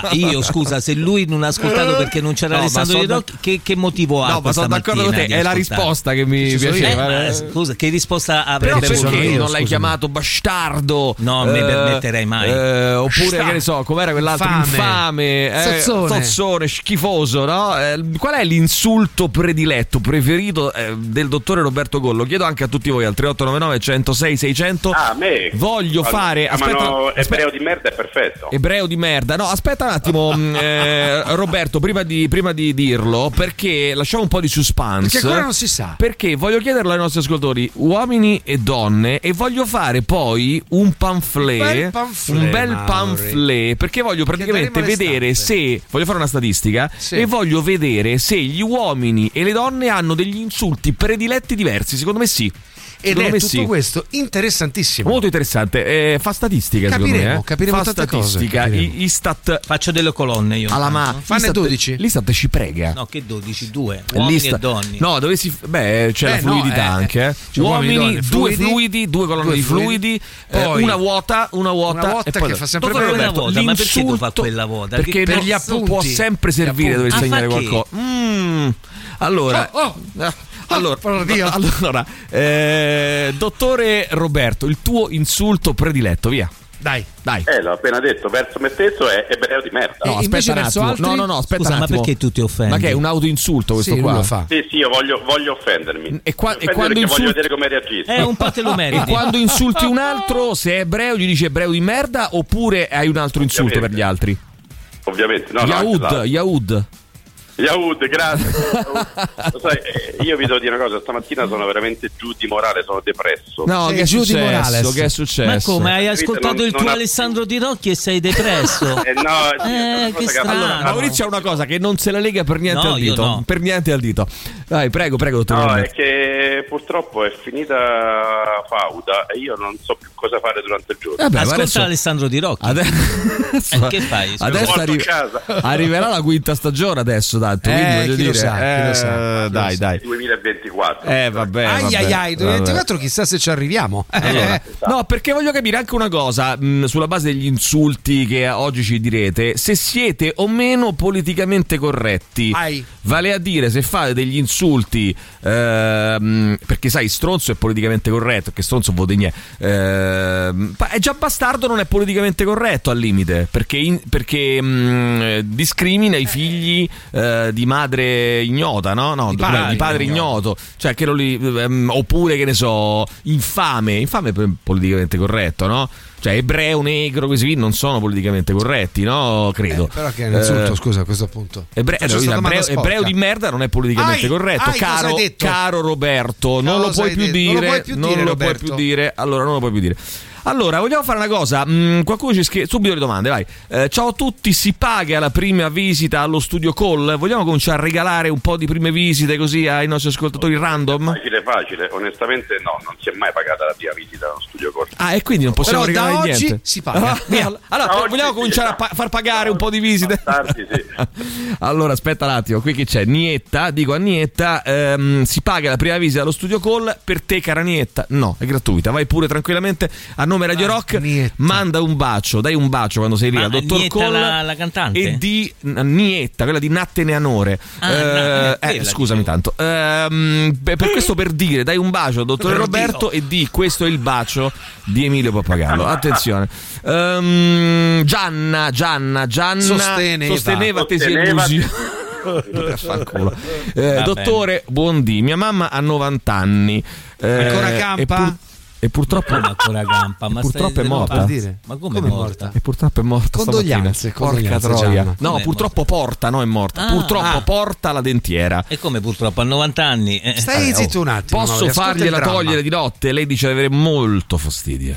ma io scusa, se lui non ha ascoltato perché non c'era
eh. No, ma
Alessandro
sono
Di Rocchi, che, che motivo ha?
No, ma
questa
sono d'accordo con te,
mattina
è
di
la
ascoltare?
risposta che mi
Ci sono io?
piaceva.
Eh,
eh.
ma scusa, che risposta
Però
avrebbe
perché
avuto?
sono
perché
io,
non l'hai
scusami.
chiamato bastardo?
No, non mi
Eh,
permetterei mai.
eh, oppure, che ne so, com'era quell'altro
Infame.
infame, eh,
Sozzone.
sozzone, schifoso, no? Eh, qual è l'insulto prediletto, preferito eh, del dottore Roberto Gollo? Chiedo anche a tutti voi al 3899 106 600.
Ah, a me.
Voglio
Quando
fare.
mi Chiamano
Aspetta, aspetta,
ebreo di merda, è perfetto.
Ebreo di merda. No, aspetta un attimo, mh, eh, Roberto, prima di, prima di dirlo, perché lasciamo un po' di suspense.
Perché ancora non si sa.
Perché voglio chiederlo ai nostri ascoltatori, uomini e donne, e voglio fare poi un pamphlet.
Un bel pamphlet,
un bel
Mauri.
pamphlet, perché voglio praticamente
daremo le
vedere
stampe.
se. Voglio fare una statistica
Sì.
e voglio vedere se gli uomini e le donne hanno degli insulti prediletti diversi. Secondo me sì.
Ed
Secondo
è
me
tutto
sì.
questo interessantissimo.
Molto interessante, eh, fa statistica secondo me.
Capiremo,
eh.
capiremo
fa
tante cose,
statistica,
capiremo.
I- Istat
Faccio delle colonne io.
alla ma
intanto.
Fanne
L'Istat-
12?
L'Istat ci prega.
No, che 12, 2. Uomini e
L'Istat-
donne.
No, dovessi. Beh, c'è
Eh,
la
no,
fluidità
eh,
anche. eh.
cioè,
uomini,
uomini, donne,
due
fluidi,
fluidi, due colonne
due
di fluidi, eh,
poi-
una vuota, una vuota.
Una vuota
e poi
che fa sempre
Dottore
bene.
Roberto,
Quella vuota, ma perché tu
l'insulto-
fa quella vuota?
Perché
Per
non-
gli appunti.
può sempre
Gli
servire dove
appunti.
Ah,
segnare
fa che?
qualcosa. Mm, allora.
Oh,
eh, Allora,
porra Dio.
allora, eh, dottore Roberto, il tuo insulto prediletto, via.
Dai.
Dai.
Eh, l'ho appena detto, verso me stesso è ebreo di merda.
E
No,
Eh, invece
aspetta un
verso
attimo.
altri?
No, no, no, aspetta
Scusa,
un
ma
attimo.
perché tu ti offendi?
Ma che è un autoinsulto questo
Sì,
qua?
lui lo fa.
Sì, sì, io voglio, voglio offendermi.
E qua-
Mi
e
offendo
quando
perché
insulti-
voglio vedere come reagisci.
Eh, un po' te lo meriti.
E quando insulti un altro, se è ebreo, gli dici ebreo di merda oppure hai un altro insulto per gli altri?
Ovviamente, no, no, anche
Yahud,
là.
Yahud.
Yahud, grazie. Lo sai, eh, io vi devo dire una cosa, stamattina sono veramente giù di morale, sono depresso.
No,
Sei
che è
Giudi
successo?
Morales.
Che è
Ma
successo?
come? Hai
Non-
ascoltato il
non
tuo
ha-
Alessandro Tirocchi e sei depresso?
Eh, no, sì, è
Eh,
una cosa
che
che- allora,
strano.
Maurizio ha una cosa che non se la lega per niente
No,
al
io
dito.
no.
Per niente al dito. Dai, prego, prego, dottor
No, eh. è
Lombardi.
che purtroppo è finita Fauda e io non so più cosa fare durante il giorno.
Vabbè, ma
Ascolta
adesso-
Alessandro Tirocchi.
Adesso,
Eh, che fai? Sono
Adesso
morto
arri-
a casa.
arriverà la quinta stagione adesso, tanto.
Eh,
quindi voglio
chi lo
dire,
sa, chi lo sa,
eh,
chi lo
dai,
sa.
dai.
2024.
Eh, vabbè.
ai
vabbè,
ai ai,
vabbè.
2024 chissà se ci arriviamo.
Allora,
Eh,
no, perché voglio capire anche una cosa, mh, sulla base degli insulti che oggi ci direte, se siete o meno politicamente corretti.
Ai.
Vale a dire, se fate degli insulti, ehm, perché sai, stronzo è politicamente corretto, che stronzo vuol dire niente. Ehm, ma è già bastardo, non è politicamente corretto al limite, perché, in- perché, mh, eh, discrimina i figli eh, di madre ignota, no? No,
Di
come-
padre
di padre
ignoto.
ignoto ignoto, cioè che non li- ehm, oppure che ne so, infame, infame è politicamente corretto, no? Cioè ebreo, negro, così via, non sono politicamente corretti, no? Credo.
però che è un insulto,
Eh,
scusa, a questo punto.
Ebre- eh,
Faccio sta
ebreo,
domanda
ebreo
sporca.
di merda non è politicamente
Ai,
corretto.
ai, cosa
caro,
hai detto?
caro Roberto, non lo
Cosa
puoi
hai
più
detto?
dire.
Non lo puoi più
non
dire,
lo puoi
Roberto.
più dire. Allora, non lo puoi più dire. Allora, vogliamo fare una cosa. Mm, qualcuno ci scrive subito le domande, vai. Eh, ciao a tutti, si paga la prima visita allo studio call. Vogliamo cominciare a regalare un po' di prime visite così ai nostri ascoltatori random?
Facile, facile. Onestamente no, non si è mai pagata la prima visita allo studio corto.
Ah, e quindi non possiamo
Però da
regalare
oggi
niente.
si paga.
Ah, Allora, allora,
Da
vogliamo
oggi sì. esatto.
cominciare a pa- far pagare un po' di visite?
Bastardi, sì.
Allora, aspetta un attimo, qui chi c'è? Nietta, dico a Nietta, ehm, si paga la prima visita allo studio call, per te cara Nietta, no, è gratuita, vai pure tranquillamente a nome Radio Rock,
Ah, Nietta.
manda un bacio, dai un bacio quando sei lì
Ma
al dottor
Nietta
Call
la- la cantante?
e di n- Nietta, quella di Nattene Anore.
Ah,
Eh,
Nattene,
eh,
quella,
scusami
dicevo.
tanto. Ehm, beh, per questo per dire, dai un bacio al dottore
Per
Roberto e di questo è il bacio di Emilio Pappagallo. Attenzione. Ehm, Gianna, Gianna, Gianna
Sosteneva.
sosteneva tesi e
Sosteneva
illusioni. Vaffanculo. Eh,
Va
dottore, buondì. Mia mamma ha 90 anni. Eh,
Ancora campa? Ah.
E, e purtroppo.
Come ancora campa, ma
Purtroppo
stai-
è morta.
Ma-
Vuol
dire?
Ma come,
Come
è
è
morta?
E purtroppo è morta
Condoglianze,
stamattina. Porca
condoglianze, Gianna.
troia. No,
Com'è
purtroppo porta, no, è morta.
Ah,
purtroppo
ah.
porta la dentiera.
E come purtroppo a 90 anni? eh.
Stai
Eh, oh,
zitto un attimo.
Posso
Mauri, ascolta il
fargliela
dramma.
togliere di notte? Lei dice di avere molto fastidio.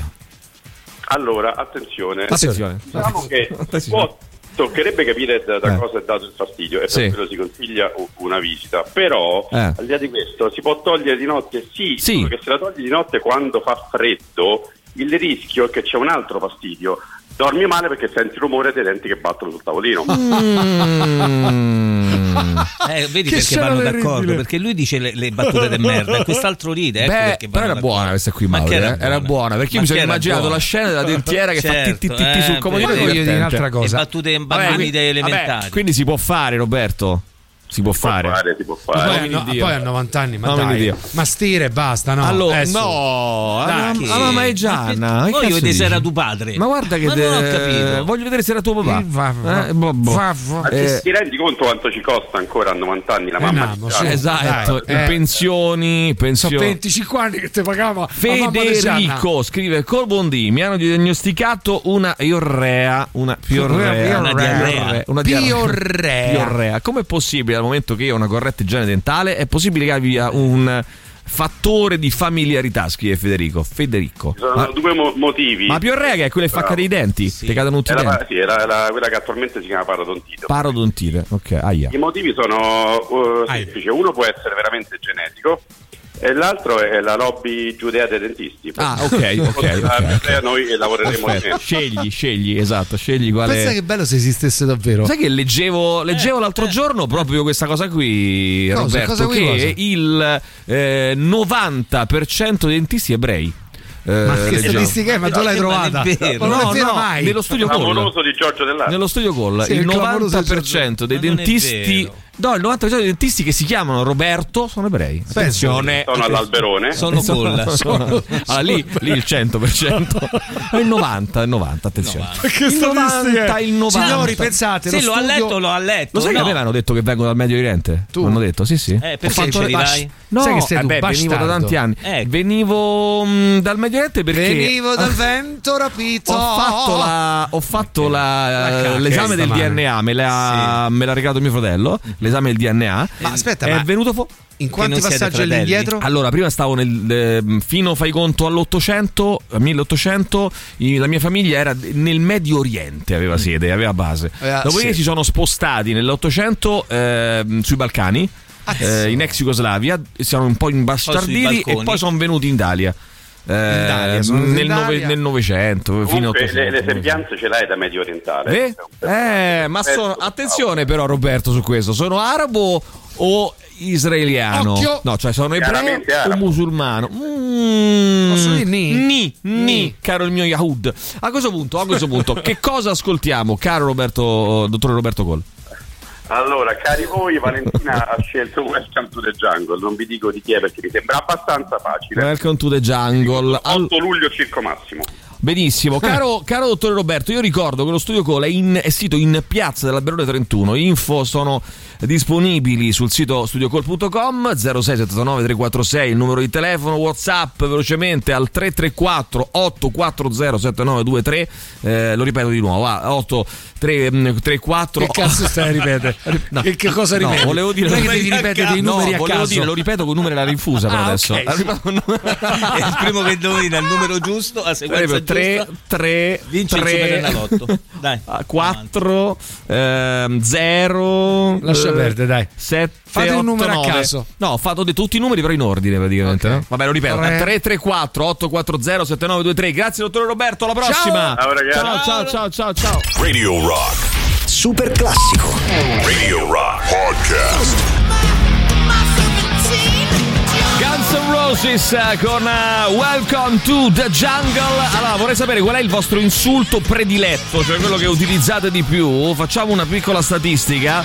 Allora, attenzione.
Attenzione.
Diciamo che può- toccherebbe capire da, da cosa è dato il fastidio e per
Eh. Sì.
quello si consiglia u- una visita. Però,
Eh.
al di là di questo, si può togliere di notte? Sì,
Sì.
solo che se la togli di notte quando fa freddo, il rischio è che c'è un altro fastidio. Dormi male perché senti il rumore dei denti che battono sul tavolino.
Mm.
Eh, vedi
Che
perché
scena
vanno
terribile.
d'accordo? Perché lui dice le, le battute di merda e quest'altro ride. Ecco
Beh,
perché
però
vanno
era buona
d'accordo.
questa qui,
Ma
Mauro.
che
eh? Era, buona perché io
Ma
mi
che
sono
era
immaginato
buona?
la scena della dentiera che fa
Certo,
titti titti
eh,
sul comodino.
Poi
beh.
è
voglio dire
divertente.
un'altra
E
cosa.
battute
Vabbè,
bambini
quindi-
elementari.
vabbè, quindi si può fare, Roberto. Si può
Può
fare.
si può fare.
Poi, a
Nomini
no-
Dio.
poi a 90 anni, ma
Nomini
dai.
Dio.
Ma stire e basta, no?
Allora,
Eh, su.
no,
Dai,
ah,
che-
ma mamma è Gianna. eh,
Ma
che
voglio
cazzo
vedere
dici?
se era tuo padre.
Ma guarda che
Ma non ho capito.
Voglio vedere se era tuo papà.
Eh, va- va-
Eh, boh, boh.
va- va-
Ma ti-
Eh,
ti rendi conto quanto ci costa ancora a 90 anni la mamma?
no,
di
ma
Gianna?
sì.
Esatto,
Dai, eh.
pensioni,
Sono
pensioni.
25 anni che ti pagava.
Federico scrive Col buondì mi hanno diagnosticato una iorrea Una piorrea
Una diarrea.
Piorrea. Una
Piorrea.
Piorrea. Com'è possibile dal momento che io ho una corretta igiene dentale È possibile che abbia un fattore di familiarità Scrive Federico Federico
Ci sono
Ma,
due mo- motivi.
ma piorrea che è quella che fa
Bravo.
cadere i denti Che cadono tutti i
Era-
denti
sì, era la- quella che attualmente si chiama parodontite.
Parodontite Ok aia
I motivi sono uh,
Ahia.
semplici, uno può essere veramente genetico e l'altro è la lobby giudea dei dentisti.
Ah ok ok,
Forse la-
ok, ok.
eh, Noi lavoreremo
Aspetta,
meno.
Scegli scegli esatto Scegli quale
Pensa che bello se esistesse davvero.
Sai che leggevo, leggevo l'altro giorno proprio questa cosa qui,
Cosa,
Roberto,
cosa qui,
che
cosa?
il eh, 90% dei dentisti ebrei. eh,
ma che
leggevo.
statistica è? Ma tu l'hai
Ma non è
trovata?
vero.
Ma non
No,
è vero
no,
mai.
nello studio Gold.
Clamoroso di Giorgio Dell'Arte.
Nello studio Gold
Eh. Sì,
il
il clamoroso
90% dei
Ma non è
dentisti
vero.
No, il 90% dei dentisti che si chiamano Roberto sono ebrei. Attenzione.
Sono eh. all'alberone.
Sono colla.
Sono- allora, lì, lì il 100%. No, il 90, il 90, attenzione. il 90, il 90.
Signori, pensate,
Se
lo
lo ha
studio-
letto, lo ha letto.
Lo sai che
no.
a me mi hanno detto che vengono dal Medio Oriente?
Tu?
Mi hanno detto, sì, sì.
Eh, perché ce li dai?
No,
Sai che sei
eh
tu,
beh, venivo da
bastardo.
tanti anni.
Ecco.
Venivo mm, dal Medio Oriente perché Ah.
Venivo dal vento rapito.
ho fatto, la- ho fatto la-
La cacca,
l'esame del
stamane.
DNA, me l'ha, me l'ha regalato mio fratello, l'esame del DNA.
Ma aspetta,
è
ma-
venuto fuori.
In quanti
non siete
passaggi
fratelli?
all'indietro?
Allora, prima stavo nel. eh, fino fai conto all'800, a 1800, i- la mia famiglia era nel Medio Oriente, aveva sede, aveva base.
Mm. Eh,
Dopodiché
sì.
si sono spostati nell'Ottocento ehm, sui Balcani,
Ah,
eh, in ex Jugoslavia, siamo un po' imbastarditi e
balconi.
poi sono venuti in Italia. Eh,
Italia, sono venuti
nel,
in
nove-
Italia.
nel Novecento fino
Comunque, le, le
all'Ottocento.
sembianze ce l'hai da medio orientale.
Eh? Eh, ma sono. Attenzione, però, Roberto, su questo: sono arabo o israeliano?
Occhio!
No, cioè sono ebreo
Chiaramente
o
arabo.
musulmano. Mm.
Posso dire ni?
Ni, ni, caro il mio Yahud. A questo punto, a questo punto, che cosa ascoltiamo, caro Roberto, dottore Roberto Col?
Allora, cari voi, Valentina ha scelto Welcome to the Jungle. Non vi dico di chi è perché mi sembra abbastanza facile.
Welcome to the jungle. All-
8 luglio circo massimo.
Benissimo, caro, caro dottore Roberto, io ricordo che lo studio Cola è, in, è sito in piazza dell'Alberone 31. Info sono disponibili sul sito studiocol.com 0679 346 il numero di telefono, WhatsApp velocemente al 334 840 7923. Eh, lo ripeto di nuovo: mm, 8334
Che cazzo stai a ripetere? Che- che cosa
No,
ripeti?
volevo dire
Non è che devi ripetere dei
No,
numeri a
volevo
caso.
dire, lo ripeto con numeri alla rinfusa per
Ah,
adesso.
ok,
Lo ripeto con numeri-
È il primo che indovina il numero giusto, la sequenza
Sarebbe 3,
giusta.
3,
Vince il Superenalotto. Dai,
Ah, 4, ehm, 0.
Lascia perdere, dai.
7,
Fate un numero a caso.
No, ho fatto de- tutti i numeri, però in ordine praticamente.
Ok.
no? Vabbè, lo ripeto:
Tre.
334 840 7923. Grazie, dottore Roberto. Alla prossima.
Ciao, ragazzi.
ciao, ciao, ciao, ciao.
Radio Rock.
Super classico.
Radio Rock Podcast.
Guns N' Roses eh, con eh, Welcome to the Jungle. Allora, vorrei sapere qual è il vostro insulto prediletto, cioè quello che utilizzate di più. Facciamo una piccola statistica.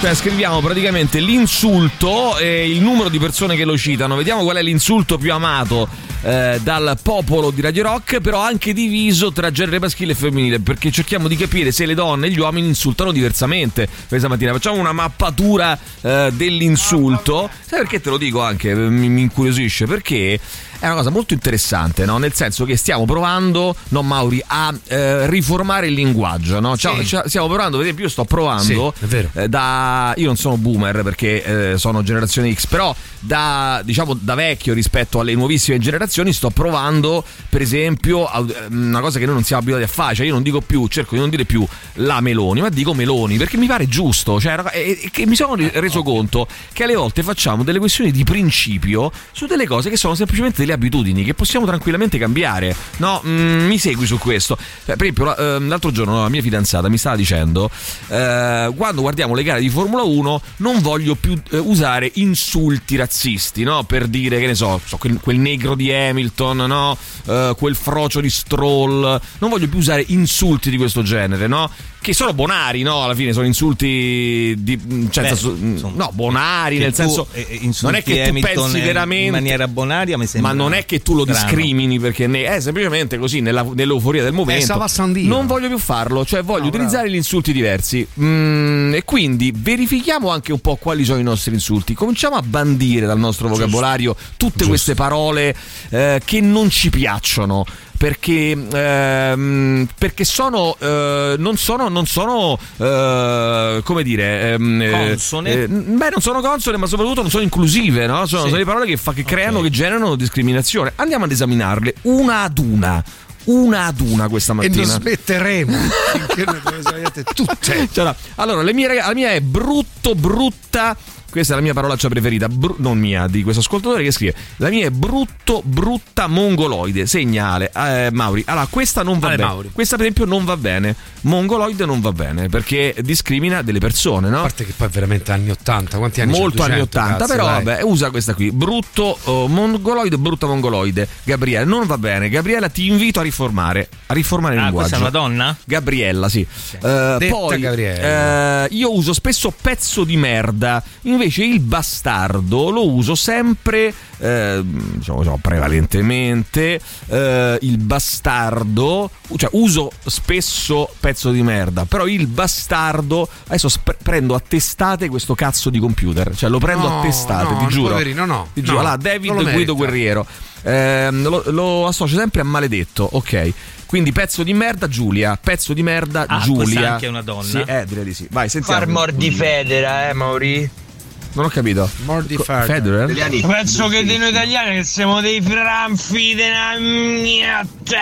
Cioè, scriviamo praticamente l'insulto e il numero di persone che lo citano. Vediamo qual è l'insulto più amato eh, dal popolo di Radio Rock, però anche diviso tra genere maschile e femminile, perché cerchiamo di capire se le donne e gli uomini insultano diversamente questa mattina. Facciamo una mappatura eh, dell'insulto. Sai perché te lo dico anche? Eh, Mi, mi incuriosisce perché è una cosa molto interessante, no? Nel senso che stiamo provando, no Mauri, a eh, riformare il linguaggio, no? Cioè, cioè, stiamo provando, per esempio, io sto provando
Sì, è vero.
eh, da io non sono boomer perché eh, sono generazione X, però da diciamo da vecchio rispetto alle nuovissime generazioni sto provando per esempio a- ehm, una cosa che noi non siamo abituati a fare, cioè io non dico più, cerco di non dire più la Meloni, ma dico Meloni perché mi pare giusto, cioè, raga- e- e che mi sono ri- reso conto che alle volte facciamo delle questioni di principio su delle cose che sono semplicemente delle abitudini che possiamo tranquillamente cambiare. No, Mm, mi segui su questo. Eh, Per esempio, la- ehm, l'altro giorno la mia fidanzata mi stava dicendo: eh, quando guardiamo le gare di Formula 1, non voglio più eh, usare insulti razzisti, no? Per dire che ne so, so, quel, quel negro di Hamilton, no? Eh, quel frocio di Stroll. Non voglio più usare insulti di questo genere, no? Che sono bonari, no? Alla fine sono insulti di. mm, cioè,
Beh,
nel senso, mm,
insomma,
no, bonari,
che
nel
tu,
senso.
eh, eh,
non è
insulti
che tu
Hamilton
pensi
in-
veramente.
in maniera bonaria, mi sembra
Ma non è che tu lo
strano. Eh,
discrimini perché ne, è semplicemente così nella- nell'euforia del momento.
stava Sandino.
Non voglio più farlo, cioè voglio utilizzare gli insulti diversi. Mm, e quindi verifichiamo anche un po' quali sono i nostri insulti. Cominciamo a bandire dal nostro vocabolario tutte queste parole eh, che non ci piacciono. Perché, ehm, perché sono, eh, non sono, non sono eh, come dire, ehm, eh,
Consone?
eh, beh, non sono consone, ma soprattutto non sono inclusive, no? Sono, sono le parole che, fa- che creano, che generano discriminazione. Andiamo ad esaminarle una ad una. Una ad una questa
E
mattina.
non smetteremo finché non le esaminate tutte.
Cioè, no. Allora, le mie, raga- la mia è brutto, brutta, Questa è la mia parolaccia preferita, bru- non mia, di questo ascoltatore che scrive: La mia è brutto, brutta mongoloide. Segnale, eh, Mauri. Allora, questa non va
Ale
bene.
Mauri.
Questa, per esempio, non va bene. Mongoloide non va bene perché discrimina delle persone, no?
A parte che poi è veramente anni 80, quanti anni
certo,
Molto
c'ha?
anni
200,
80,
cazzo,
però
dai.
vabbè, usa questa qui. Brutto oh, mongoloide, brutta mongoloide. Gabriele, non va bene. Gabriella, ti invito a riformare. A riformare il
Ah,
linguaggio.
questa è una donna?
Gabriella, sì. Eh,
Detta
poi,
Gabriella.
eh, io uso spesso pezzo di merda, invece il bastardo lo uso sempre, eh, diciamo, diciamo, prevalentemente, eh, il bastardo, cioè uso spesso pezzo di merda, però il bastardo, adesso sp- prendo a testate questo cazzo di computer, cioè lo prendo
No,
a testate,
no,
ti giuro.
poverino, no,
Ti giuro,
no,
allora,
non lo
David Guido
merita.
Guerriero, ehm, lo, lo associo sempre a maledetto, ok. Quindi pezzo di merda Giulia, pezzo di merda
Ah,
Giulia.
questa anche è una donna.
Sì, eh, direi di sì. Vai, sentiamo.
Farmor di Federa, eh, Mauri.
Non ho capito. eh?
Mordi
Co-
Farga.
Ecco, Federer?
Penso che di noi italiani che siamo dei franfi della mignotta,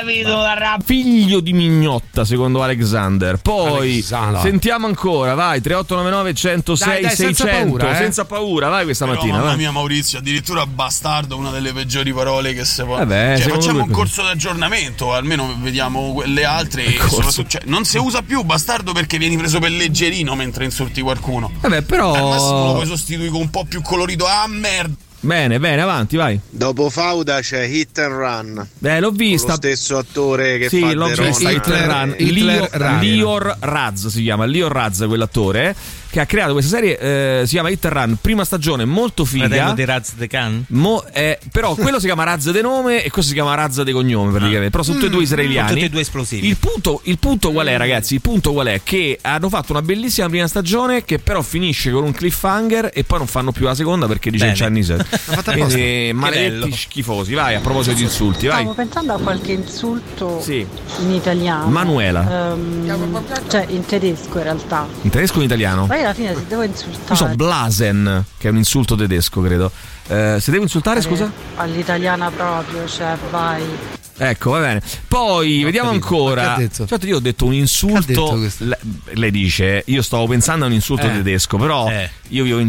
capito? La rap-
Figlio di mignotta, secondo Alexander. Poi
Alexander.
sentiamo ancora, vai, 3899 106
Dai, dai, senza
600.
paura, eh.
Senza paura, vai questa
Però,
mattina,
mamma
vai.
mia Maurizio, addirittura bastardo, una delle peggiori parole che si può.
Eh beh,
cioè,
secondo
facciamo
lui-
un corso di aggiornamento, almeno vediamo le altre. e
corso.
soprattutto- cioè, non si usa più bastardo perché vieni preso per leggerino mentre insulti qualcuno.
Vabbè,
Al massimo lo
però
puoi sostituire con un po' più colorito. Ah, merda!
Bene, bene, avanti, vai.
Dopo Fauda c'è Hit and Run.
Eh, l'ho
Lo
vista.
stesso attore che fa
Sì, l'ho
The
vista
Rock.
Hitler Run. Lior,
Hitler Run.
Lior Raz si chiama, Lior Raz quell'attore eh, che ha creato questa serie, eh, si chiama Hit and Run, prima stagione molto
Fratello
figa.
di Raz De Khan?
Mo- eh, però quello si chiama Razza de nome e questo si chiama Razza de cognome praticamente. Però sono tutti e due israeliani.
Mm, Tutti e due esplosivi.
Il punto, il punto qual è, ragazzi? Il punto qual è? Che hanno fatto una bellissima prima stagione che però finisce con un cliffhanger e poi non fanno più la seconda perché dice
Bene.
c'è Anise.
fatta apposta.
Quindi maledetti
bello.
schifosi. Vai, a proposito di insulti, vai.
Stavo pensando a qualche insulto
Sì.
in italiano.
Manuela.
Ehm, cioè in tedesco in realtà.
In tedesco o in italiano?
Poi alla fine se devo
Io so
insultare
Blasen, che è un insulto tedesco, credo. Eh, se devo insultare, scusa?
all'italiana proprio, cioè vai.
Ecco, va bene. Poi vediamo
capito.
ancora.
Ma che ha detto?
Certo, io ho detto un
Che ha detto
insulto.
questo?
le- lei dice: Io stavo pensando a un insulto
Eh.
tedesco, però
Eh.
io vivo in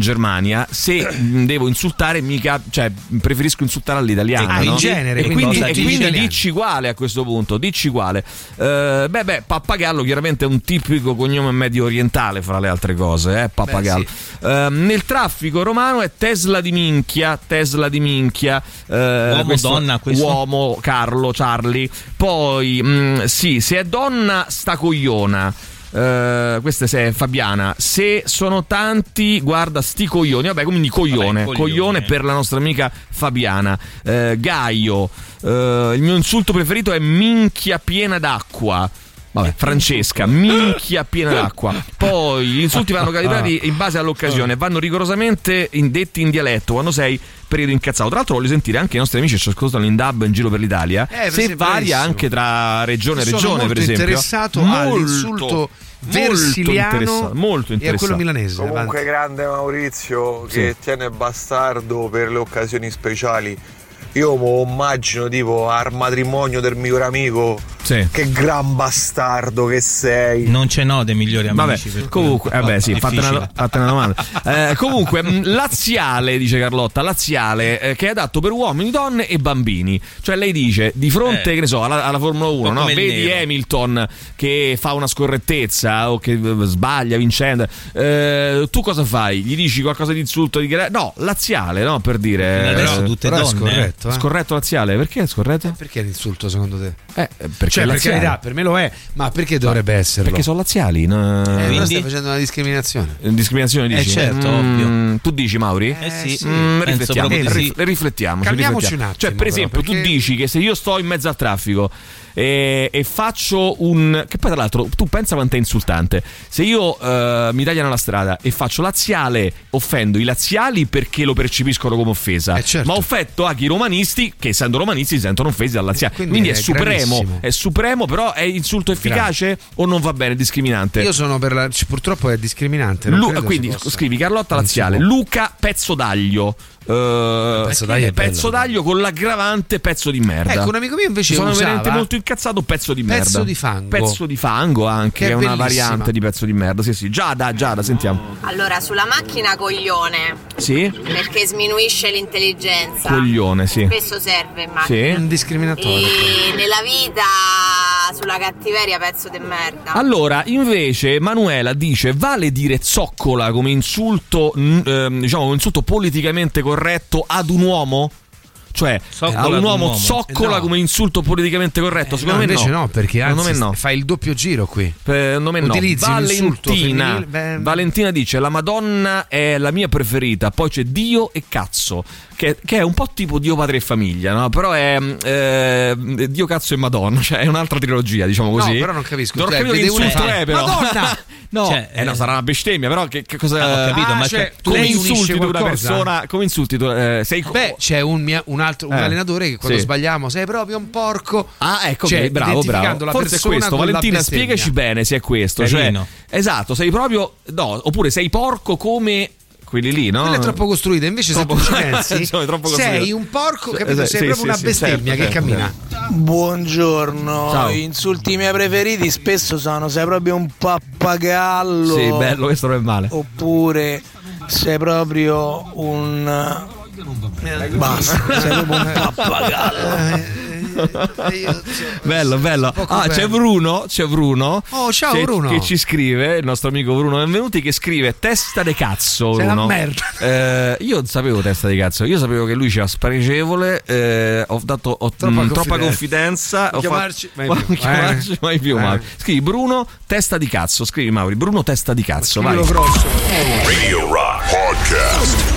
Germania. Se mh, devo insultare, mica, cioè, mh, preferisco insultare all'italiano.
Ah, in
no?
genere,
E
quindi
quindi,
cosa
e
dici
quindi
italiano?
dici quale a questo punto? Dici quale? Eh, beh, beh, Pappagallo chiaramente è un tipico cognome medio orientale, fra le altre cose. Eh, Pappagallo. Eh, nel traffico romano è Tesla di minchia. Tesla di minchia. Eh,
Uomo, donna, questo?
Uomo, Carlo, Charlie. Poi, mh, sì, se è donna, sta cogliona. Eh, questa è- se è Fabiana. Se sono tanti, guarda, sti coglioni. Vabbè, quindi coglione.
coglione.
coglione per la nostra amica Fabiana. Eh, Gaio. Eh, il mio insulto preferito è minchia piena d'acqua. Vabbè, Francesca, minchia piena d'acqua. Poi gli insulti vanno calibrati
Ah.
in base all'occasione, vanno rigorosamente in- detti in dialetto quando sei periodo incazzato. Tra l'altro, voglio sentire anche i nostri amici che ci ascoltano in dub in giro per l'Italia.
Eh, per
se
esempio,
varia
bravissimo.
anche tra regione e
Sono
regione,
molto
per esempio.
interessato
Molto,
all'insulto
molto
versiliano
interessato, molto
e a
interessato.
quello milanese. avanti.
grande Maurizio
che
tiene bastardo per le occasioni speciali. Io mo immagino tipo al matrimonio del miglior amico.
Sì.
Che gran bastardo che sei.
Non ce n'ho dei migliori
Vabbè,
amici. per cui-
comunque, vabbè, sì, fate
Difficile.
una, fate una domanda. Eh, comunque, mh, laziale, dice Carlotta, laziale, eh, che è adatto per uomini, donne e bambini. Cioè, lei dice, di fronte,
Eh.
che ne so, alla, alla Formula 1, no?
come il
vedi
nero.
Hamilton che fa una scorrettezza o che eh, sbaglia vincendo, eh, tu cosa fai? Gli dici qualcosa di insulto? Di... gra- No, laziale, no? Per dire...
Adesso
eh,
tutte
Però è
donne.
scorretto, eh.
Scorretto laziale, perché è scorretto?
Perché è l'insulto secondo te?
Eh, perché
Cioè,
è
per
laziale.
carità, per me lo è, ma perché dovrebbe esserlo?
Perché sono laziali, no? Eh,
Eh, allora
Quindi?
stai facendo una discriminazione.
discriminazione dici? Mm,
certo,
Tu dici, Mauri?
Eh sì,
Mm,
penso
riflettiamo,
proprio di sì.
rif- riflettiamo, ci
Calmiamoci
riflettiamo.
un attimo,
Cioè, per
però,
esempio, tu
perché-
dici che se io sto in mezzo al traffico eh, e, faccio un. Che poi, tra l'altro, tu pensa quanto è insultante. Se io eh, mi tagliano la strada e faccio laziale, offendo i laziali perché lo percepiscono come offesa.
Eh, certo.
Ma offetto anche i romanisti che, essendo romanisti, si sentono offesi dal laziale.
Eh,
Quindi,
quindi
è,
è
supremo,
gravissimo.
è supremo, però è insulto efficace o non va bene, discriminante?
Io sono per la. c- Purtroppo è discriminante. non
Lu-
credo si
quindi
possa.
scrivi Carlotta
Non si
Laziale,
può.
Luca Pezzo d'Aglio, eh,
pezzo d'aglio è
pezzo
bello.
d'aglio con l'aggravante pezzo di merda.
Ecco, un amico mio invece
Sono
usava-
veramente molto incazzato pezzo di merda.
Pezzo di fango.
Pezzo di fango anche,
Che
è,
è
una
bellissima.
variante di pezzo di merda. Sì, sì. Giada, Giada, sentiamo.
Allora, sulla macchina coglione,
Sì?
perché sminuisce l'intelligenza.
Coglione, sì.
Spesso serve in macchina.
indiscriminatorio.
E nella vita sulla cattiveria pezzo di merda.
Allora, invece, Manuela dice: vale dire zoccola come insulto, n- ehm, diciamo, come insulto politicamente corretto ad un uomo? Cioè,
Zoccola
ad
ad
un
un
uomo
uomo.
zoccola
Eh, no. Eh,
come insulto politicamente corretto? Secondo
no,
me
invece no, perché
Secondo
anzi
me no.
fai il doppio giro qui.
Eh, Secondo me no.
Utilizzi un insulto
Valentina,
femminile, beh-
Valentina dice: La Madonna è la mia preferita. Poi c'è Dio e cazzo, che, che è un po' tipo Dio, padre e famiglia, no? Però è eh, Dio, cazzo e Madonna, cioè è un'altra trilogia, diciamo
No,
così.
però non capisco,
Non ho
cioè,
capito che
vede uno e
insulto
fa,
è, però.
"Madonna!"
no,
Cioè,
eh, no, sarà una bestemmia, però che, che cosa.
Ah, ho capito, ma
cioè,
cioè,
come
lei
insulti
unisce
tu una
qualcosa?
persona? Come insulti tu? eh, sei
Beh, cioè, c'è un, mia- un altro, un
Eh,
allenatore che quando
sì.
sbagliamo sei proprio un porco.
Ah, ecco,
Cioè,
ok, bravo, bravo.
identificando la
Forse è
persona
questo,
con la
Valentina,
bestemmia.
spiegaci bene se è questo. Cioè,
Carino.
esatto, sei proprio. No, oppure sei porco come quelli lì, no?
Quella è troppo costruita, invece
Ah. Troppo-
se tu ci pensi,
Cioè, è troppo
sei
costruita.
un porco,
Cioè,
capito? sei
eh, sì,
proprio
sì,
una
sì,
bestemmia
certo,
che
certo.
cammina.
Buongiorno,
Ciao.
gli insulti miei preferiti spesso sono sei proprio un pappagallo
Sì, bello, questo non è male.
oppure sei proprio un basta, sei proprio un pappagallo.
Eh,
bello, bello.
poco
Ah,
bello.
c'è Bruno, c'è Bruno.
Oh, ciao,
che-
Bruno.
Che ci scrive, il nostro amico Bruno Benvenuti, che scrive testa de cazzo.
Sei una
Bruno.
merda.
Eh, io non sapevo testa di cazzo, io sapevo che lui c'era spregevole, eh, ho dato ho- mh, troppa,
Troppa
confidenza. ho
Chiamarci
fatto-
mai più.
Ma- chiamarci
Eh.
mai più,
Eh.
Mauri. Scrivi Bruno testa di cazzo, scrivi Mauri, Bruno testa di cazzo, vai.
Radio Rock Podcast.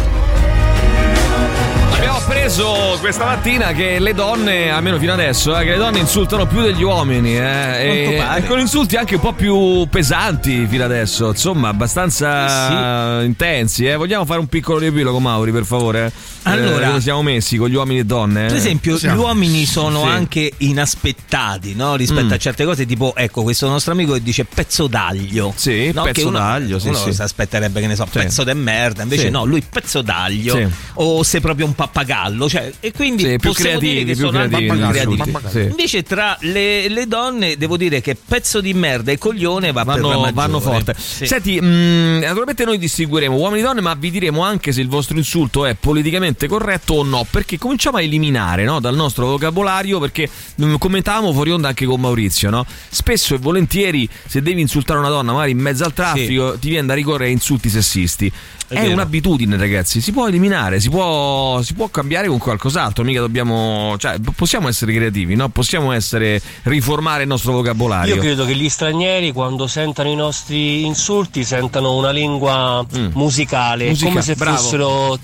Abbiamo appreso questa mattina che le donne, almeno fino adesso, eh, che le donne insultano più degli uomini. eh,
Quanto
e,
pare.
e con insulti anche un po' più pesanti fino adesso, insomma, abbastanza intensi. eh. Vogliamo fare un piccolo riepilogo, Mauri, per favore?
Allora-
Eh, dove siamo messi con gli uomini e donne?
Per esempio,
Eh, Siamo.
gli uomini sono
Sì.
anche inaspettati no? rispetto
Mm.
a certe cose. Tipo, ecco, questo nostro amico che dice pezzo d'aglio. Sì,
pezzo d'aglio, sì,
Uno
sì.
si aspetterebbe, che ne so, pezzo de merda. Invece,
Sì.
no, lui pezzo d'aglio.
Sì.
O sei proprio un pappagallo. Cioè, e quindi
Sì, più
possiamo
creativi,
dire che
più
sono anche
creativi,
più creativi.
sì. Pappagallo. Sì.
Invece, tra le, le donne, devo dire che pezzo di merda e coglione va per la
Vanno,
maggiore.
vanno forte.
Sì.
Senti, mh, naturalmente noi distingueremo uomini e donne, ma vi diremo anche se il vostro insulto è politicamente corretto o no, perché cominciamo a eliminare no, dal nostro vocabolario, perché mh, commentavamo fuori onda anche con Maurizio, no? spesso e volentieri se devi insultare una donna magari in mezzo al traffico ti viene da ricorrere a insulti sessisti. È,
È vero.
un'abitudine ragazzi, si può eliminare, si può, si può cambiare con qualcos'altro, mica dobbiamo, cioè, p- possiamo essere creativi, no? possiamo essere, riformare il nostro vocabolario.
Io credo che gli stranieri quando sentano i nostri insulti sentano una lingua musicale,
Musica-
come se
bravo.
fossero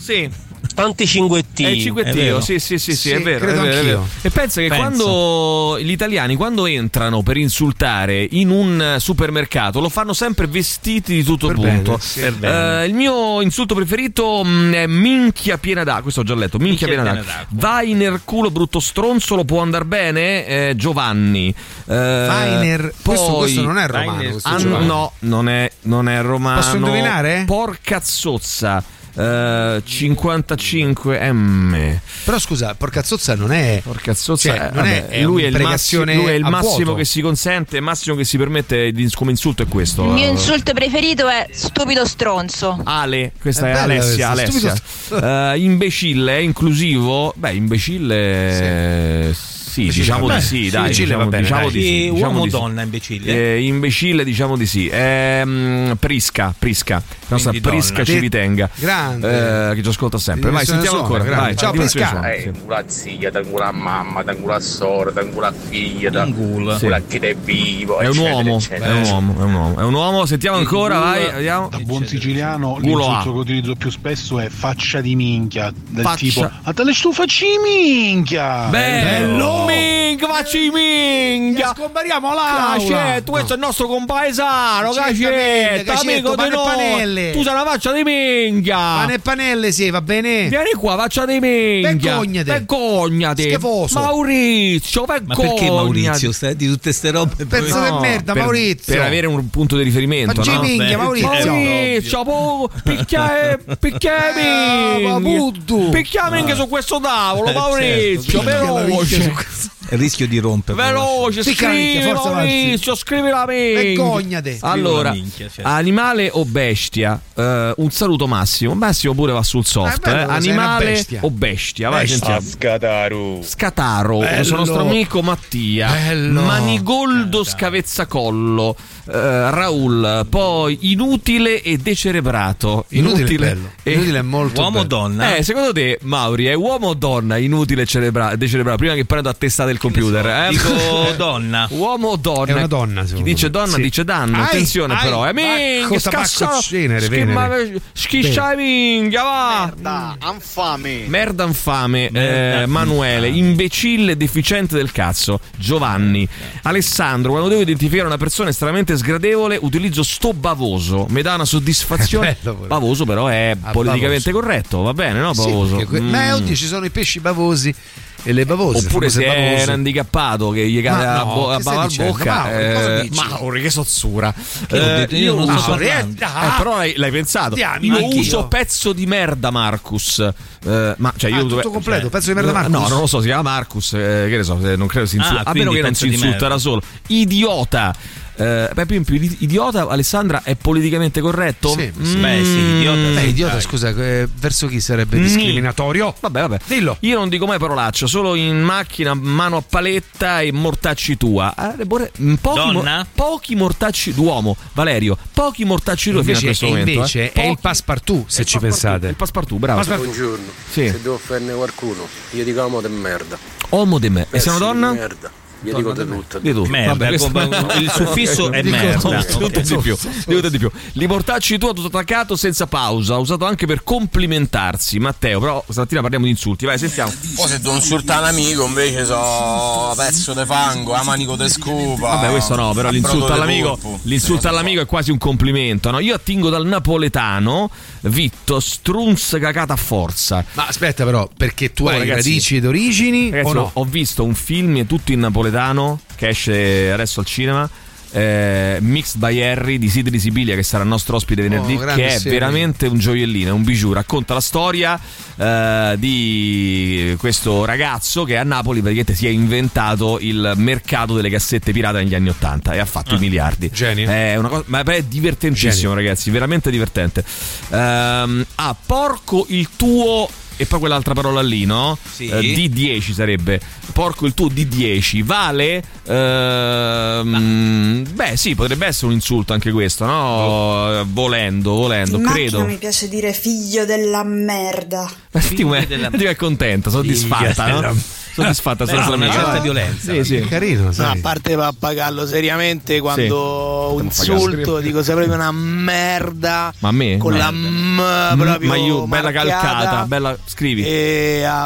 tanti cinguettini.
È il cinguettio, sì, sì, sì, sì, è vero.
credo
è vero, è
anch'io.
vero. E pensa che
Penso.
quando gli italiani, quando entrano per insultare in un supermercato, lo fanno sempre vestiti di tutto
Per
punto.
bene, sì. Per bene.
Eh, il mio insulto preferito mh, è minchia piena d'acqua. Questo ho già letto. Minchia,
Minchia
piena
piena
d'acqua. Vai nel culo, brutto stronzolo, può andar bene? Eh, Giovanni. Eh,
Vainer- questo-
poi-
questo non è romano,
Vainer-
questo
Ah,
Giovanni.
no, non è, non è romano.
Posso indovinare?
Porca zozza. eh, 55M.
Però scusa, porca zozza non è.
Porca zozza,
cioè,
eh,
non è,
vabbè,
è
lui, è il massi-
un'imprecazione
lui è il
a
massimo
vuoto.
che si consente, il massimo che si permette di- come insulto è questo.
Il mio insulto preferito è stupido stronzo.
Ale, questa è,
È bella
Alessia.
questa,
Alessia. Eh, imbecille, inclusivo. Beh, imbecille. eh, Sì,
Imbecille
diciamo
va
di
bene.
sì,
Sì,
dai,
imbecille
diciamo,
va bene,
diciamo
dai.
di sì.
Sì,
diciamo
uomo
di sì.
donna, imbecille.
Eh, imbecille, diciamo di sì. Ehm, prisca, Prisca, la nostra
Quindi
Prisca
donna.
Civitenga.
Grande.
eh, che ci ascolta sempre. Vai, sentiamo ancora. Vai, dimensione suono, sì.
Tangula Eh, zia, tangula mamma, tangula sorella, tangula figlia,
Tangula.
tangula
Sì.
che è vivo.
È un
eccetera,
uomo,
eccetera.
è un uomo, è un uomo. È un uomo, sentiamo ancora, vai, vediamo.
Da buon siciliano
Gulo A.
l'insulto che utilizzo più spesso è faccia di minchia. Del
Faccia.
tipo, a tale stu facci minchia!
Bello!
minchia, facci minchia.
Scombariamo l'aula.
Cace, tu questo è il nostro compaesano,
Certamente,
cacetto,
Cacetto,
amico di
pane e
noi.
panelle.
Tu sei una faccia di minchia.
Pane e panelle, sì, va bene.
Vieni qua, faccia di minchia.
Vergognate.
Vergognati.
Schifoso.
Maurizio,
Ma
vergognati.
perché Maurizio sta di tutte ste robe?
Pezzo di merda,
per,
Maurizio.
Per avere un punto di riferimento.
Facci
no?
minchia,
Beh,
Maurizio.
Maurizio, po- picchia picchia
Eh,
minchia.
Babuddu.
Picchia minchia su questo tavolo,
Eh, certo,
Maurizio,
picchia Maurizio
veloce.
Il rischio di rompere.
Veloce,
Sì,
scrivi
minchia, forza, avanti.
Maurizio, scrivi la minchia.
Vergognate.
Allora,
Scrivo la minchia, certo.
animale o bestia? Eh, un saluto Massimo. Massimo pure va sul soft.
Ah, è bello,
eh.
sei una
Animale
bestia.
o bestia? Vai,
Bestia.
sentiamo. Scataro,
Bello.
sono nostro amico Mattia.
Bello.
Manigoldo Scavezzacollo. eh, Raul, poi inutile e decerebrato.
Inutile è bello. Inutile è molto Uomo o bello.
donna?
Eh, secondo te, Mauri, è uomo o donna? Inutile e celebra- decerebrato. Prima che prenda a testa del computer. eh.
Dico donna.
Uomo o donna?
È una donna,
Chi
secondo
dice
me.
donna
Sì.
dice danno.
Ai,
Attenzione,
ai,
però. Eh,
ma-
minchia,
con tabacco
scassa.
cenere,
schimma-
venere.
Schiscia i minchia, va.
Anfame.
Merda infame, eh, Manuele, imbecille deficiente del cazzo, Giovanni, Alessandro, quando devo identificare una persona estremamente sgradevole utilizzo sto bavoso, mi dà una soddisfazione. bavoso però è
Ah,
politicamente corretto, va bene, no
Sì,
bavoso?
perché que- Ma
Mm.
eh, oddio, ci sono i pesci bavosi e le bavose.
Oppure
famose
se è
bavose.
un handicappato che gli cade
Ma
la
no,
bo-
che
la
stai
bava alla
dicendo?
bocca,
Mauri, cosa
eh,
dici?
Mauri, che sozzura. Eh,
Che ho detto? Io non sto
uso-
parlando.
eh, però l'hai, l'hai pensato.
Ah, Diamine,
Io
anch'io.
uso pezzo di merda, Marcus. Eh, ma cioè, io
Ah, tutto
dove-
completo,
cioè,
pezzo di merda,
no,
Marcus?
No, non lo so, si chiama Marcus. eh, che ne so, eh, non credo si insulta.
Ah,
a meno
quindi
che non
pezzo
si
di
insulta
merda.
da solo. Idiota. Eh, beh, più in più, idi- idiota, Alessandra, è politicamente corretto?
Sì,
Mm.
Beh, sì, idiota.
Beh,
sì,
idiota,
dai.
scusa, eh, verso chi sarebbe discriminatorio?
Vabbè, vabbè.
Dillo.
Io non dico mai parolaccio, solo in macchina, mano a paletta e mortacci tua. Eh, le buone- m, pochi,
Donna?
pochi mortacci d'uomo, Valerio. Pochi mortacci tua fino a
Invece,
questo momento.
invece
eh.
è il
Pochi-
passepartout, se ci pensate.
il passepartout, bravo.
Buongiorno.
Sì.
Se devo offendere qualcuno, io dico amo de merda.
Homo de me. E se è
Pezzo
una
di
donna?
Merda. Io dico de tutto.
Di tu.
Merda,
Vabbè, questo-
con- il suffisso è
Dico
merda.
tutto
Ok.
di più. Dico tutto di più. Li mortacci tua tutto attaccato senza pausa, usato anche per complimentarsi. Matteo, però stamattina parliamo di insulti, vai, sentiamo.
Poi se devo insultare un amico invece so pezzo di fango, a manico di scopa.
Vabbè, questo no, però
a
l'insulto
brodo de
all'amico,
polpo.
l'insulto all'amico è quasi un complimento. No? Io attingo dal napoletano Vitto Strunz cacata a forza.
Ma aspetta, però, perché tu
Oh,
hai
ragazzi.
radici ed origini
Ragazzi, oh,
o no?
ho visto un film tutto in napoletano che esce adesso al cinema. eh, Mixed by Harry di Sidri Sibilia che sarà il nostro ospite venerdì
Oh, grande
che è
serie.
veramente un gioiellino, è un bijou racconta la storia eh, di questo ragazzo che a Napoli praticamente si è inventato il mercato delle cassette pirata negli anni 80 e ha fatto
Ah,
i miliardi Eh,
Genio.
è una cosa, ma è divertentissimo ragazzi veramente divertente Ehm, ah porco il tuo e poi quell'altra parola lì, no?
Sì.
Eh, D10 sarebbe. Porco il tuo D10 vale? Ehm, beh, sì, potrebbe essere un insulto anche questo,
Boh.
no? Eh, Volendo, volendo,
In macchina
credo.
mi piace dire figlio della merda.
Ma senti come
della-
senti come è contenta, soddisfatta,
della-
no? Soddisfatta,
Però una certa violenza.
violenza. Sì, sì.
Carino,
No, a
sai.
parte pappagallo, seriamente quando un insulto dico sei proprio una merda mm,
Ma a me?
con la
Merda.
m proprio
Ma io, bella
marchiata,
calcata, bella. Scrivi.
e a,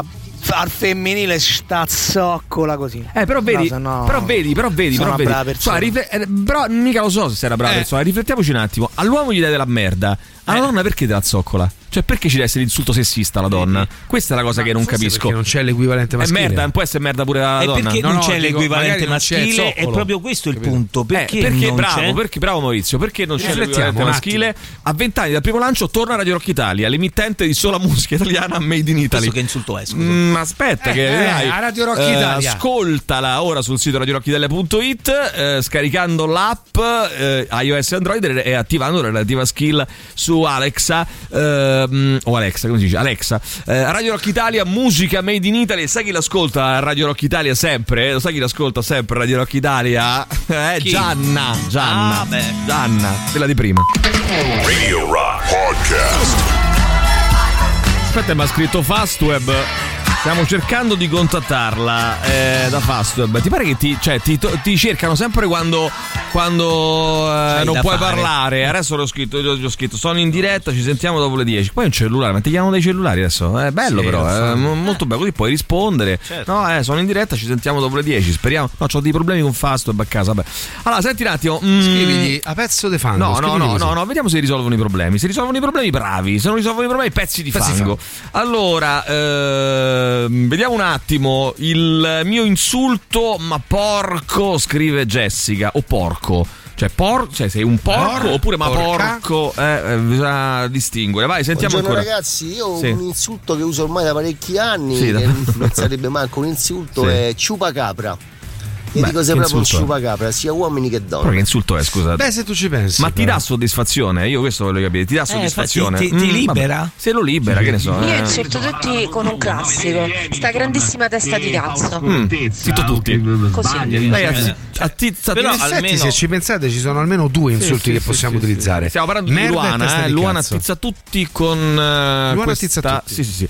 al femminile sta zoccola così.
Eh, però vedi,
No, se no-
però vedi, però vedi,
sono una
però vedi.
brava persona.
Cioè, rifle- eh, però mica lo so se sei una brava persona. Riflettiamoci un attimo. All'uomo gli dai della merda. Alla donna perché della zoccola? Cioè, perché ci deve essere l'insulto sessista alla donna? Questa è la cosa che non
Forse
capisco.
Perché non c'è l'equivalente
È
maschile.
merda, può essere merda pure la
E
donna.
perché
No,
non
no,
c'è
dico, magari
l'equivalente
non c'è il
maschile? È
zoccolo.
proprio questo il
Capito?
punto.
Eh,
Perché, non
bravo,
c'è?
perché bravo Maurizio, perché non c'è
riflettiamo
l'equivalente
un
maschile? A 20 anni dal primo lancio torna Radio Rock Italia, l'emittente di sola musica italiana made in Italy.
Questo che insulto è, scusa.
Mm, aspetta,
Eh,
che
eh,
dai,
a Radio Rock
eh,
Italia.
ascoltala ora sul sito radiorockitalia.it, eh, scaricando l'app eh, iOS e Android e- e attivando la relativa skill su Alexa ehm, o Alexa, come si dice? Alexa. Eh, Radio Rock Italia, musica made in Italy. Sai chi l'ascolta Radio Rock Italia sempre? Lo sai chi l'ascolta sempre Radio Rock Italia? Eh,
Chi?
Gianna, Gianna.
Ah, beh.
Gianna, quella di prima.
Radio Rock Podcast.
Aspetta, ma ha scritto Fastweb. Stiamo cercando di contattarla eh, da Fastweb. Ti pare che ti, cioè, ti, to- ti cercano sempre quando, quando eh,
C'hai
non
da
puoi
fare.
parlare? Adesso l'ho scritto, l'ho, l'ho scritto, sono in diretta, ci sentiamo dopo le 10. Poi un cellulare, ma ti chiamano dei cellulari adesso? Eh, È bello
Sì,
però,
lo
è
so.
molto bello, così puoi rispondere.
Certo.
No, eh, sono in diretta, ci sentiamo dopo le 10. Speriamo. No, ho dei problemi con Fastweb a casa. Vabbè. Allora, senti un attimo. mm,
Scrivigli a pezzo de fango.
No, no,
scrivigli
no,
così.
no, no, vediamo se risolvono i problemi. Se risolvono i problemi, bravi. Se non risolvono i problemi, pezzi di
Pezzi di
fango. Allora, ehm, vediamo un attimo. Il mio insulto, ma porco, scrive Jessica. O porco. Cioè, por- cioè sei un porco
Por-
oppure ma
porca.
porco. Eh, eh, bisogna distinguere. Vai, sentiamo
Buongiorno
ancora.
ragazzi, io ho
Sì.
un insulto che uso ormai da parecchi anni,
Sì, da-
che non sarebbe manco un insulto,
Sì.
è ciupacapra. Io
Beh,
dico sei
che
proprio un
insulto è?
ciupacapra, sia uomini che
Però che
donne.
insulto è, scusa?
Beh, se tu ci pensi,
Ma ti dà soddisfazione? Io questo voglio capire. Ti dà soddisfazione?
infatti, Eh, ti- ti
Mm, vabbè.
libera?
Se lo libera, che ne so.
Io
eh.
insulto tutti con un classico, sta grandissima testa di cazzo.
Mm, zitto tutti.
Così.
Beh,
Ragazzi, a tizza
in effetti, se ci pensate, ci sono almeno due insulti
sì,
che
sì,
possiamo utilizzare.
Stiamo parlando di
Merda e testa
Luana, eh?
di
Luana
cazzo.
attizza tutti con eh,
Luana
questa...
attizza tutti.
Sì, sì, sì.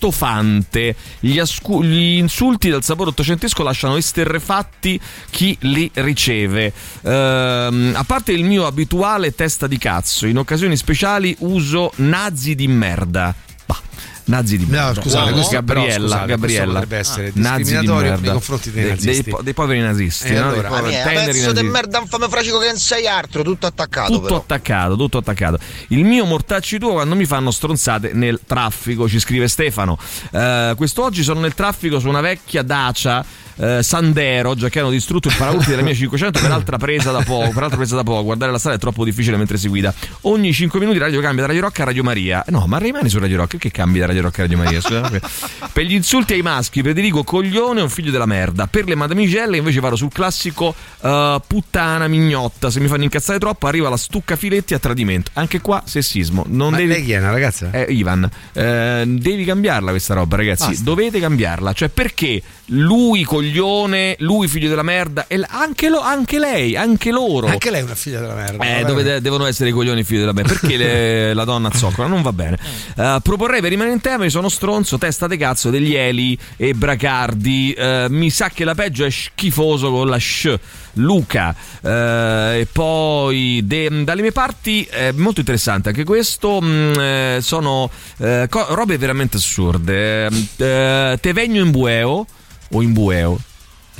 L'estofante, gli, ascu- gli insulti dal sapore ottocentesco lasciano esterrefatti chi li riceve. Ehm, a parte il mio abituale testa di cazzo, in occasioni speciali uso nazi di merda. Bah, Nazi di merda.
scusate, questo-
Gabriella,
però, scusate,
Gabriella. Ah,
questo potrebbe essere
nazi di
discriminatorio
merda.
nei confronti dei nazisti.
po- dei poveri nazisti.
Eh,
no? Dei
allora,
poveri-
Eh,
teneri
pezzo di
nazisti.
merda, infame fracico che non sei altro, tutto attaccato
Tutto
però.
attaccato, tutto attaccato. Il mio mortacci tuo quando mi fanno stronzate nel traffico, ci scrive Stefano. Eh, quest'oggi sono nel traffico su una vecchia Dacia. eh, Sandero, già che hanno distrutto il paraurti della mia 500 per altra presa da poco. Per altra presa da poco, guardare la strada è troppo difficile mentre si guida. Ogni 5 minuti radio cambia da Radio Rock a Radio Maria. No, ma rimani su Radio Rock, perché cambi da Radio Rock a Radio Maria? Scusa. per gli insulti ai maschi, prediligo coglione è un figlio della merda. Per le madamigelle invece vado sul classico eh, puttana mignotta. Se mi fanno incazzare troppo, arriva la stucca filetti a tradimento. Anche qua sessismo. Non devi...
lei chi è, una ragazza?
Eh, Ivan, eh, devi cambiarla questa roba, ragazzi.
Basta.
Dovete cambiarla. Cioè, perché lui coglione, lui figlio della merda, e l- anche, lo- anche lei, anche loro.
Anche lei è una figlia della merda.
Eh,
vabbè.
dove de- devono essere i coglioni figli della bene? Perché le- la donna zoccola? Non va bene. Eh, proporrei per rimanere in tema: io sono stronzo, testa de cazzo degli Eli e Bracardi. Eh, mi sa che la peggio è schifoso con la sh. Luca. Eh, e poi de- dalle mie parti è molto interessante anche questo. mm, eh, sono eh, co- robe veramente assurde. Eh, eh, te vegno in bueo o in bueo?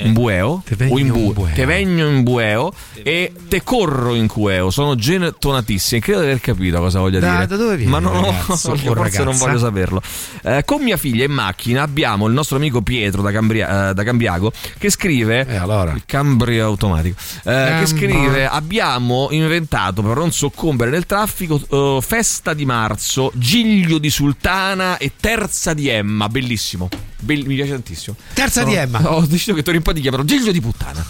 In bueo o in
vegno in
bueo?
bueo.
Eh. Te Regno in bueo e te corro in cueo. Sono gentonatissimi. Credo di aver capito cosa voglia
Da-
dire.
da dove viene
Ma non
il
lo-
ragazzo o
forse non
ragazza?
voglio saperlo. Eh, con mia figlia in macchina abbiamo il nostro amico Pietro da, Cambria- eh, da Cambiago che scrive.
Eh,
Il Cambria automatico. eh,
Cambria.
che scrive: Abbiamo inventato per non soccombere nel traffico eh, festa di marzo, giglio di sultana e terza di Emma. Bellissimo. Bell- mi piace tantissimo.
Terza di
Sono-
Emma.
Ah, Ho deciso che torno in di chiamano Giglio di puttana.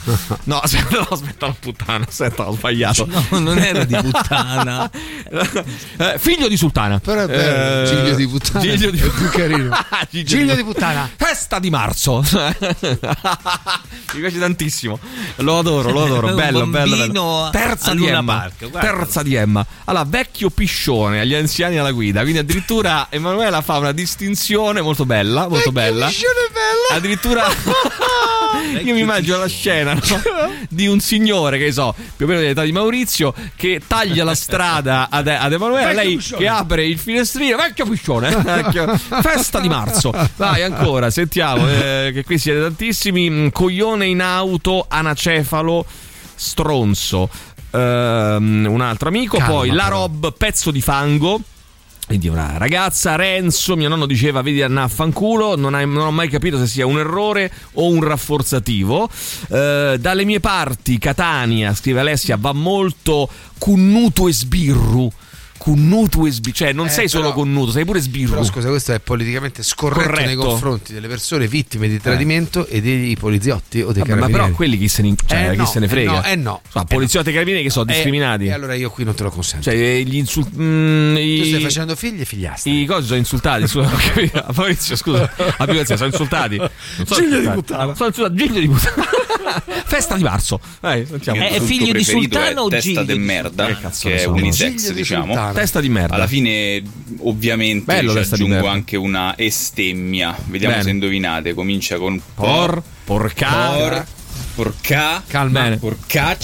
No, aspetta, no, aspetta, no, puttana, aspetta, ho sbagliato.
No, non era di puttana.
Eh, figlio di sultana.
Però è bello, Giglio di puttana.
Giglio di Ah,
È più carino.
Giglio,
Giglio di puttana.
Festa di marzo. Mi piace tantissimo. Lo adoro, lo adoro.
Un
bello, bello, bello.
bambino
Terza
a
di
Luna
Emma.
Park, guarda.
Terza di Emma. Allora, vecchio piscione agli anziani alla guida. Quindi addirittura Emanuela fa una distinzione molto bella, molto bella. Addirittura io mi immagino la scena no? di un signore che so, più o meno dell'età di Maurizio, che taglia la strada ad, ad Emanuela,
Vecchio
lei
piscione.
che apre il finestrino, vecchio piscione, eh, vecchio- festa di marzo. Vai ancora, sentiamo, eh, che qui siete tantissimi, Mm, coglione in auto, anacefalo, stronzo. Ehm, un altro amico,
Calma,
poi la
però.
Rob, pezzo di fango. Quindi una ragazza, Renzo, mio nonno diceva vedi Anna fanculo, non, hai- non ho mai capito se sia un errore o un rafforzativo. Eh, dalle mie parti, Catania, scrive Alessia, va molto cunnuto e sbirru. Cunnuto e sbirru, cioè non
Eh,
sei solo
però-
connuto, sei pure sbirru.
Però scusa, questo è politicamente scorretto nei
Corretto. Eh.
confronti delle persone vittime di tradimento e dei poliziotti o dei
Vabbè, ma
carabinieri.
però quelli chi se ne, cioè,
Eh
chi
no,
se ne frega?
eh no, eh no.
So, poliziotti e carabinieri che sono
Eh,
discriminati.
E allora io qui non te lo consento.
Cioè, eh, gli insulti. Mm,
tu stai
i-
facendo figli e figliastri.
I cosi sono insultati, scusa, non ho capito. Maurizio, scusa, abbi pazienza, sono insultati. Non sono
Giglio di
insultati.
puttana.
Sono insultati, Giglio di puttana. Festa di marzo. Vai, sentiamo.
Il mio insulto preferito è Testa de merda, che,
ne
è
so.
unisex, diciamo.
italiana.
Testa di merda.
Alla fine, ovviamente,
Bello
ci
testa di
aggiungo
merda.
anche una estemmia. Vediamo
Bene.
se indovinate. Comincia con
Por, porca.
por, porca,
Calmene.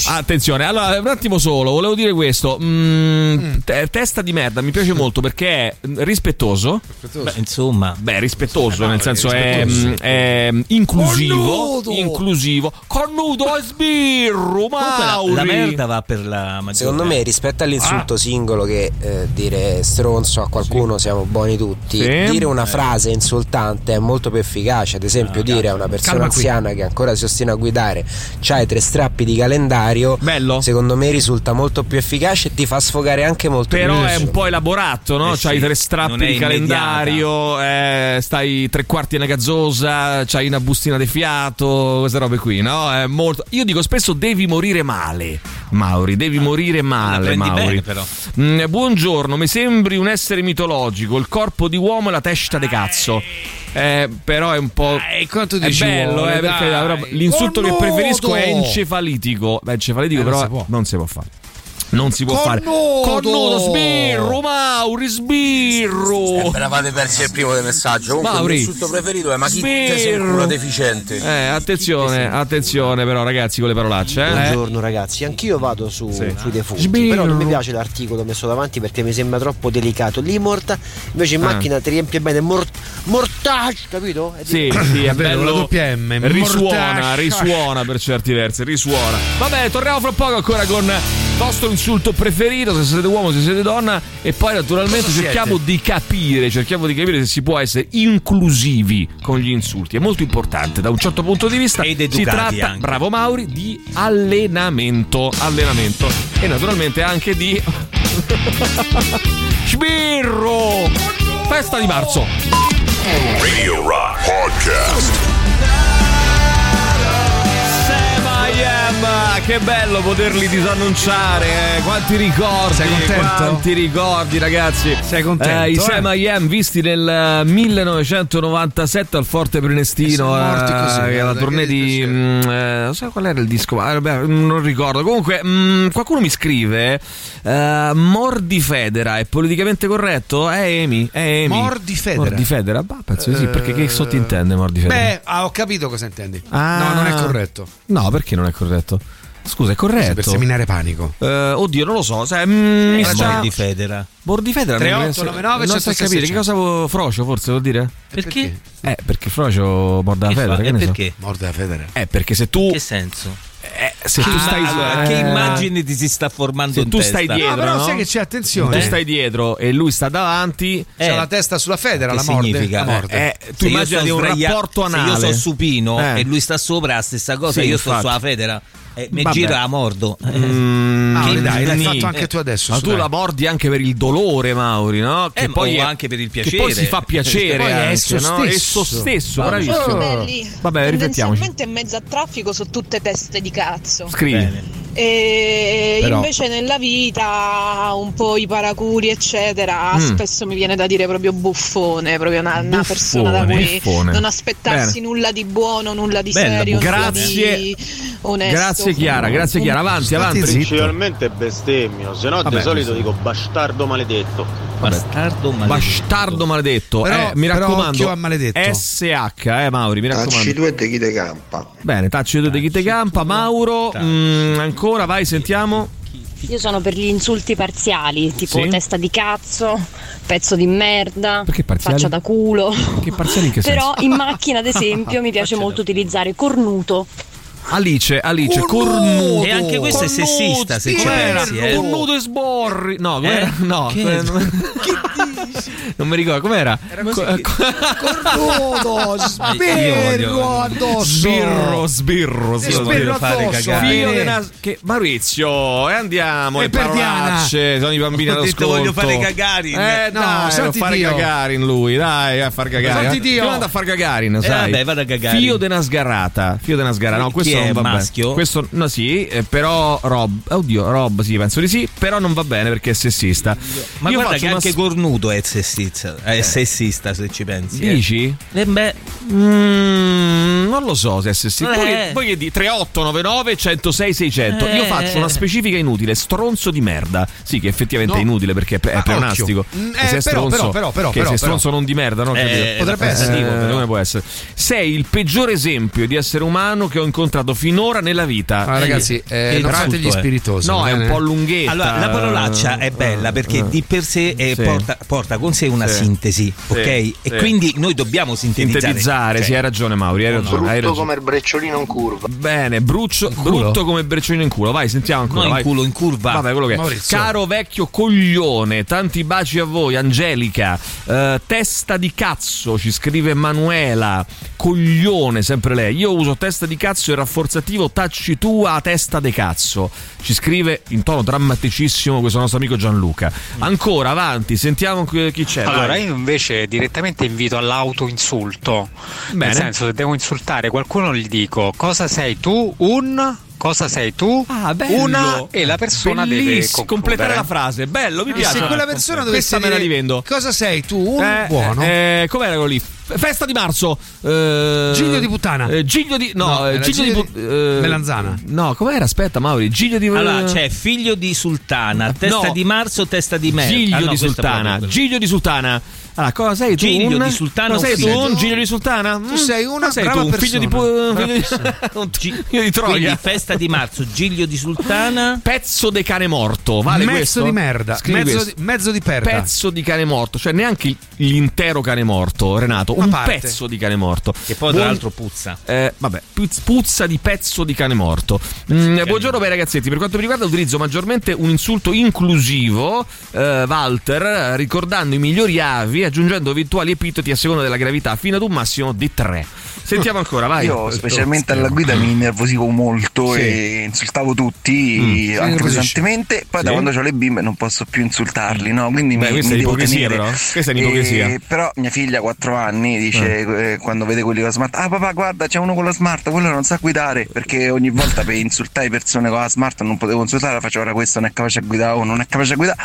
Ah, Attenzione, allora un attimo solo, volevo dire questo. Mm, te- testa di merda, mi piace molto perché è mm, rispettoso.
Beh, insomma,
Beh, rispettoso, nel senso è,
rispettoso.
mm, è, mm, inclusivo.
Cornuto!
Inclusivo. Cornuto e sbirro,
Comunque
Mauri.
la, la merda va per la maggiore.
Secondo me, rispetto all'insulto
Ah.
singolo che eh, dire stronzo a qualcuno siamo buoni tutti,
Sì.
dire una
Eh.
frase insultante è molto più efficace. Ad esempio, dire a una persona
Calma qui.
anziana che ancora si ostina a guidare, c'hai tre strappi di calendario, secondo me risulta molto più efficace e ti fa sfogare anche molto
Però
più.
è un po' elaborato, no?
Eh
c'hai
sì,
tre
non
strappi
è
di calendario, eh, stai tre quarti in una gazzosa, c'hai una bustina di fiato, queste robe qui, no? È molto... Io dico spesso devi morire male, Mauri, devi morire male,
prendi
Mauri.
bene, però.
Mm, buongiorno, mi sembri un essere mitologico, il corpo di uomo e la testa di cazzo. Eh, però è un po'.
quanto
è
dici
bello,
vuole,
eh, perché
dai.
la roba- l'insulto che
Cornuto!
preferisco è encefalitico. Beh, encefalitico,
Eh, non
però
si può.
non si può fare. Non si può fare. Cornuto, sbirro, Mauri, sbirro.
Eravate persi il primo del messaggio. Comunque
Mauri.
il mio insulto preferito è ma chi te sei un
Sbirro.
culo deficiente?
Eh, attenzione, attenzione, però, ragazzi, con le parolacce. Eh?
Buongiorno ragazzi, anch'io vado su,
Sì.
sui defunti,
Sbirro.
però non mi piace l'articolo messo davanti perché mi sembra troppo delicato. Lì morta, invece in
Ah.
macchina ti riempie bene mor- mortage, capito? È
Sì,
di-
sì,
Bello, la
è bello.
doppia M,
Risuona,
mortaccia.
risuona per certi versi, risuona. Vabbè, torniamo fra poco ancora con il vostro insulto preferito, se siete uomo, se siete donna e poi naturalmente
Cosa
cerchiamo
siete?
di capire, cerchiamo di capire se si può essere inclusivi con gli insulti. È molto importante da un certo punto di vista. Ed si
educati
tratta,
anche.
bravo Mauri, di allenamento, allenamento e naturalmente anche di Sbirro! Festa di marzo.
Radio Rock Podcast.
Sam I am. Che bello poterli disannunciare, eh. quanti ricordi,
Sei contento?
quanti ricordi ragazzi. Sei
contento,
I
eh?
Sam I am visti nel eh, 1997 al Forte Prenestino,
morti così,
eh, alla
guarda,
tournée
che
di... mm, eh, non so qual era il disco, ah, vabbè, mm, non ricordo. Comunque mm, qualcuno mi scrive, eh, Mordi Federa è politicamente corretto? Eh, È Emi, è Emi.
Mordi Federa?
Mordi Federa, bah, penso di sì, perché che
Eh,
sottintende Mordi Federa?
Beh, ah, ho capito cosa intendi.
Eh. Ah.
No, non è corretto.
No, perché non è corretto? Scusa, è corretto.
Per seminare panico.
Eh, oddio, non lo so. sai, mm, mi
Era
sta...
di Federa.
Bordifedera
3899
certo
non so capire che cosa vo- Frocio forse vuol dire?
Perché?
Eh, perché Frocio morda la
Ah, Che fa?
federa, che
E
ne so.
perché?
Morda la federa.
Eh, perché se tu eh,
Che senso?
se tu
Ah,
stai
allora,
eh,
che immagine ti si sta formando
se
in
tu stai
testa?
dietro,
No, Ah, però
no?
sai che c'è attenzione.
Tu stai dietro e lui sta davanti,
Eh,
C'ha la testa sulla federa,
Che
la morde.
significa?
La morde.
Eh, tu
Se io
immagini
sto
un
sdraia-
rapporto
Se
anale.
io sto supino
Eh.
e lui sta sopra, è la stessa cosa.
Sì,
io sto
infatti.
sulla federa e mi
Vabbè.
giro la mordo. Eh.
Ah,
Che
dai, l'hai
nì.
fatto anche tu adesso.
eh, ma
su,
tu
dai.
la mordi anche per il dolore, Mauri, no? Che
Eh, ma-
poi
o
è-
anche per il
Che poi
piacere.
si fa piacere,
Che poi è
anche,
esso
no?
stesso.
Esso stesso,
Bravo.
bravissimo.
Ciao,
belli.
Vabbè, riflettiamoci.
Tendenzialmente in mezzo a traffico sono tutte teste di cazzo.
Scrivi.
E
Però-
invece nella vita un po' i paracuri eccetera
Mm.
spesso mi viene da dire proprio buffone proprio una, una persona da cui
buffone.
non aspettarsi
Bene.
nulla di buono nulla di
Bella,
serio nulla
grazie.
di onesto
Grazie Chiara, grazie Chiara, avanti, avanti.
Principalmente bestemmio, se no
Vabbè,
di solito
sì.
dico bastardo maledetto.
Bastardo maledetto.
Bastardo maledetto.
Però-
eh, mi
però
raccomando.
occhio a maledetto.
SH, eh Mauri, mi raccomando.
due te chi te campa.
Bene, tacci due di chi te campa, Mauro. mm, ancora, vai, sentiamo.
Io sono per gli insulti parziali, tipo
Sì?
testa di cazzo, pezzo di merda,
parziali?
faccia da culo.
Che parziali in che
Però
senso?
in macchina, ad esempio, mi piace molto utilizzare cornuto.
Alice, Alice, cornuto.
E anche questo è
Cornuto,
sessista, se ci
com'era?
pensi, eh.
Cornuto e sborri. No, com'era? No,
Che-
eh, non- non mi ricordo com'era. Co-
Cornuto, sbirro Ah, addosso.
Sbirro, sbirro,
Sì, sbirro addosso.
Figlio
Fine.
di una- che- Maurizio, e andiamo.
E
le
per Diana.
parolacce, sono i bambini
Ho
allo
detto,
sconto.
voglio fare Gagarin.
Eh, no,
No,
no
santi
fare
Dio.
Gagarin lui, dai, a far Gagarin.
Santi Dio.
Ti mando a far Gagarin,
Eh,
sai.
vabbè, vado a Gagarin.
Fio di una sgarrata. Fio di una sgarrata. No,
Chi
questo
è
non va
maschio?
bene. Questo no, sì, eh, però Rob, oddio, Rob, sì, penso di sì, però non va bene perché è sessista.
Ma
Io
guarda
faccio
che
una
anche
s-
Cornuto è sessista, è sessista se ci pensi. eh.
Dici?
Eh beh,
mm, non lo so se è sessista. Voi che-
Eh.
Voi che di 3899 106 600. Io
Eh.
faccio una specifica inutile, stronzo di merda. Sì, che effettivamente
No.
è inutile perché è, pre- è
Ma
pleonastico.
occhio. Mm,
Che
eh,
se è
però,
stronzo,
però, però, però,
che
però,
se è
però.
stronzo non di merda, no?
Eh,
Capito?
potrebbe essere.
però. come può essere. Sei il peggior esempio di essere umano che ho incontrato finora nella vita.
Ah, ragazzi, eh,
Che
non
insulto
fate gli
è.
spiritosi, eh.
No,
va
è un
bene?
po' lunghetta.
Allora, la parolaccia è bella perché di per sé eh,
Ah. Sì.
porta, porta con sé una
Sì.
sintesi, ok? E
Sì.
quindi noi dobbiamo sintetizzare.
Sintetizzare,
Cioè,
sì, hai ragione Mauri, hai ragione. hai ragione.
il brecciolino in curva.
Bene, bruccio, brutto come berciolino in culo. Vai, sentiamo ancora.
No, in
ecco, vai.
culo, in curva.
Vabbè, quello che è.
Maurizio.
Caro vecchio coglione, tanti baci a voi, Angelica. Eh, testa di cazzo, ci scrive Manuela. Coglione, sempre lei. Io uso testa di cazzo e rafforzativo tacci tu a testa de cazzo. Ci scrive in tono drammaticissimo questo nostro amico Gianluca. Ancora, avanti, sentiamo chi chi
Ah,
c'è.
Allora,
vai.
io invece direttamente invito all'autoinsulto.
Bene.
Nel senso, se devo insultare qualcuno, gli dico cosa sei tu, un. Cosa sei tu?
Ah,
bello.
Una e la persona deve
Bellissimo,
concludere.
completare la frase. Bello, mi
E
piace.
se quella persona
Questa
dovesse
me la
dire,
rivendo.
Cosa sei tu? Un
Eh,
buono.
eh, eh, com'era quello lì? F- Festa di marzo. eh,
Giglio di puttana.
eh, Giglio di. No,
No,
eh,
era
Giglio,
Giglio
di.
di-
put- eh,
Melanzana.
No, com'era? Aspetta, Mauri. Giglio di. eh,
Allora, c'è figlio di sultana, testa
No.
di marzo, testa di merda.
Giglio
Ah, no,
di
questo è
Sultana.
proprio quello.
Giglio di Sultana. Allora, cosa sei tu?
Giglio
un-
di Sultana,
Cosa sei
un
tu?
figlio.
Un Giglio di Sultana? Mm,
Tu sei una
cosa sei
brava
tu? Un figlio di. pu-
persona.
un figlio di- un figlio di Troia.
Quindi festa di marzo, Giglio di Sultana.
Pezzo de cane morto, vale
mezzo
questo?
di merda.
Scrivi
Mezzo
questo.
di, mezzo di perda.
Pezzo di cane morto, cioè neanche il- l'intero cane morto, Renato.
Una
un
parte.
pezzo di cane morto.
Che poi, tra l'altro, puzza.
Eh, vabbè, puz- puzza di pezzo di cane morto. Mm, buongiorno bei ragazzetti, per quanto mi riguarda utilizzo maggiormente un insulto inclusivo, eh, Walter, eh, ricordando i migliori avi, aggiungendo eventuali epiteti a seconda della gravità, fino ad un massimo di tre. Sentiamo ancora, vai.
Io specialmente alla guida mi innervosivo molto
Sì.
e Eh, insultavo tutti
Mm. Si
anche
innervosisce.
pesantemente. Poi da
Sì.
quando ho le bimbe non posso più insultarli, no? Quindi
Beh,
mi,
questa
mi
è
devo
ipocrisia,
tenere.
però. Questa è un'ipocrisia.
Eh, però mia figlia, 4 anni, dice eh, quando vede quelli con la smart: Ah, papà, guarda, c'è uno con la smart, quello non sa guidare. Perché ogni volta per insultare persone con la smart non potevo insultare, facevo ora questo non è capace a guidare o non è capace a guidare.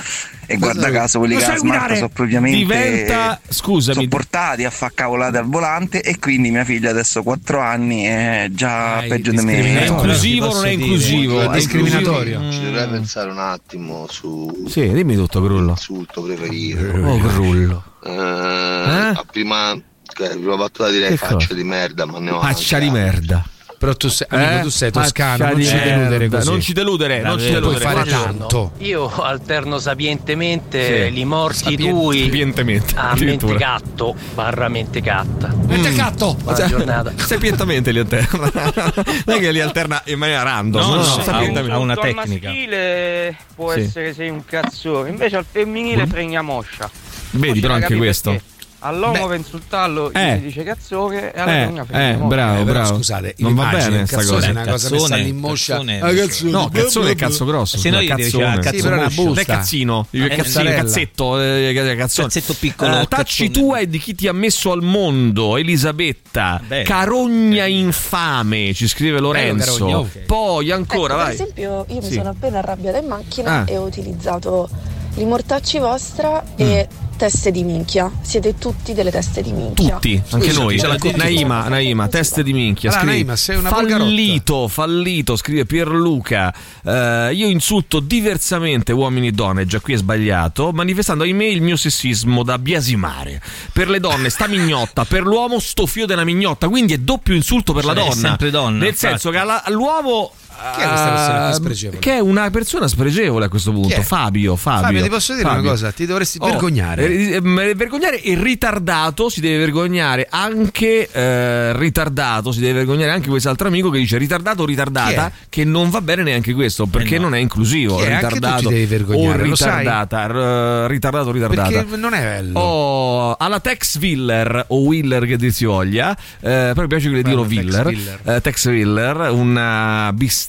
E guarda caso quelli
Non
che la
sai
smart
guidare.
sono propriamente
Diventa- scusami.
sono portati a far cavolate al volante e quindi mia figlia adesso 4 anni è già peggio di me.
È inclusivo o non è inclusivo? È inclusivo?
Ci dovrei pensare un attimo su
Sì, dimmi tutto, Grullo.
insulto preferito.
Oh, Grullo.
Eh, a prima, che la prima battuta direi
Che
faccia
cosa?
di merda, ma ne ho
Faccia di merda.
Però tu sei, amico,
Eh?
tu sei toscano,
Faccia
non
di
ci
merda.
deludere così.
Non ci deludere, non ci
Davvero.
deludere.
Puoi fare
Guarda.
tanto.
Io alterno sapientemente
Sì.
li morti
Sapien-
tui
sapientemente,
a
addirittura.
mentecatto barra mentecatta.
Mentecatto!
Buona
Cioè,
giornata.
Sapientamente li alterna. non è che li alterna in maniera random.
No, no,
sapientemente.
ha un- ha una
Al
tecnica.
maschile può
Sì. Mm.
essere sei un cazzone, invece al femminile fregna moscia.
Vedi, però, anche
Capì
questo.
perché? All'uomo per insultarlo
Eh.
gli dice cazzone e alla
Eh,
femmina fregna
eh,
moscia.
bravo,
Eh, però,
bravo.
scusate,
non va
l'immagine,
bene
il
sta
cazzone
cosa.
è una cosa messa lì in moscia. Ah, cazzone.
No, cazzone è
Blablabla.
cazzo grosso.
Se no
scusa,
gli deve
cazzone,
dire la
cazzone.
Sì, però è una busta.
È cazzino,
Eh,
il cazzino,
mozzarella.
cazzetto, eh, eh, cazzone.
Cazzetto piccolo,
Eh, tacci tua e di chi ti ha messo al mondo, Elisabetta.
Bene.
Carogna infame, ci scrive Lorenzo.
Carogna, ok.
Poi ancora,
Ecco,
vai.
Per esempio, io mi
Sì.
sono appena arrabbiata in macchina
Ah.
e ho utilizzato l'immortacci vostra e teste di minchia. Siete tutti delle teste di minchia.
Mm. Tutti, anche
Scusa,
noi.
ce la
Naima, Naima, Naima, teste di minchia.
Allora,
scrive,
Naima, sei una volgarotta.
fallito, fallito, scrive Pierluca. Eh, io insulto diversamente uomini e donne, già qui è sbagliato, manifestando ahimè il mio sessismo da biasimare. Per le donne sta mignotta, per l'uomo sto fio della mignotta, quindi è doppio insulto per la
Cioè, è
donna.
sempre donna,
Nel
infatti.
senso che alla- all'uomo...
Chi è questa persona
eh,
che è spregevole?
Che è una persona spregevole a questo punto,
è?
Fabio, Fabio.
Fabio, ti posso dire
Fabio.
una cosa? Ti dovresti
Oh,
vergognare.
eh, ehm, vergognare e ritardato si deve vergognare anche eh, ritardato, si deve vergognare anche quest'altro amico che dice ritardato o ritardata, che non va bene neanche questo perché non è inclusivo.
Eh Chi è? Anche tu ti
Ritardato
devi vergognare,
o
lo sai?
ritardata, r- ritardato o ritardata.
Perché non è bello.
Oh, alla Tex Willer o Willer che dir si voglia, eh, però mi piace che dirlo
Tex
Willer.
Willer.
Eh, Tex Willer, una bisteccata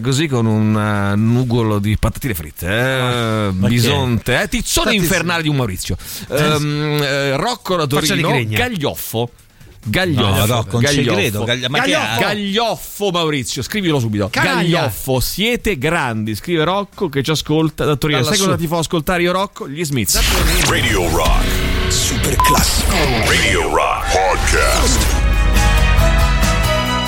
così con un eh, nugolo di patatine fritte,
ma
eh,
chi è?
bisonte, eh, tizzone
Tanti-
infernale di un Maurizio, Ehm, eh, Rocco da
Faccia di
Torino,
gregna.
Gaglioffo.
No,
Gaglioffo.
no, con segreto, Gagli- ma chi è?
Gaglioffo. Gaglioffo, Maurizio, scrivilo subito.
Canaglia.
Gaglioffo, siete grandi, scrive Rocco che ci ascolta da Torino.
Dalla
Sai cosa
sua.
ti fa ascoltare io Rocco? Gli Smith.
Radio Rock. Super classico. Radio Rock Podcast.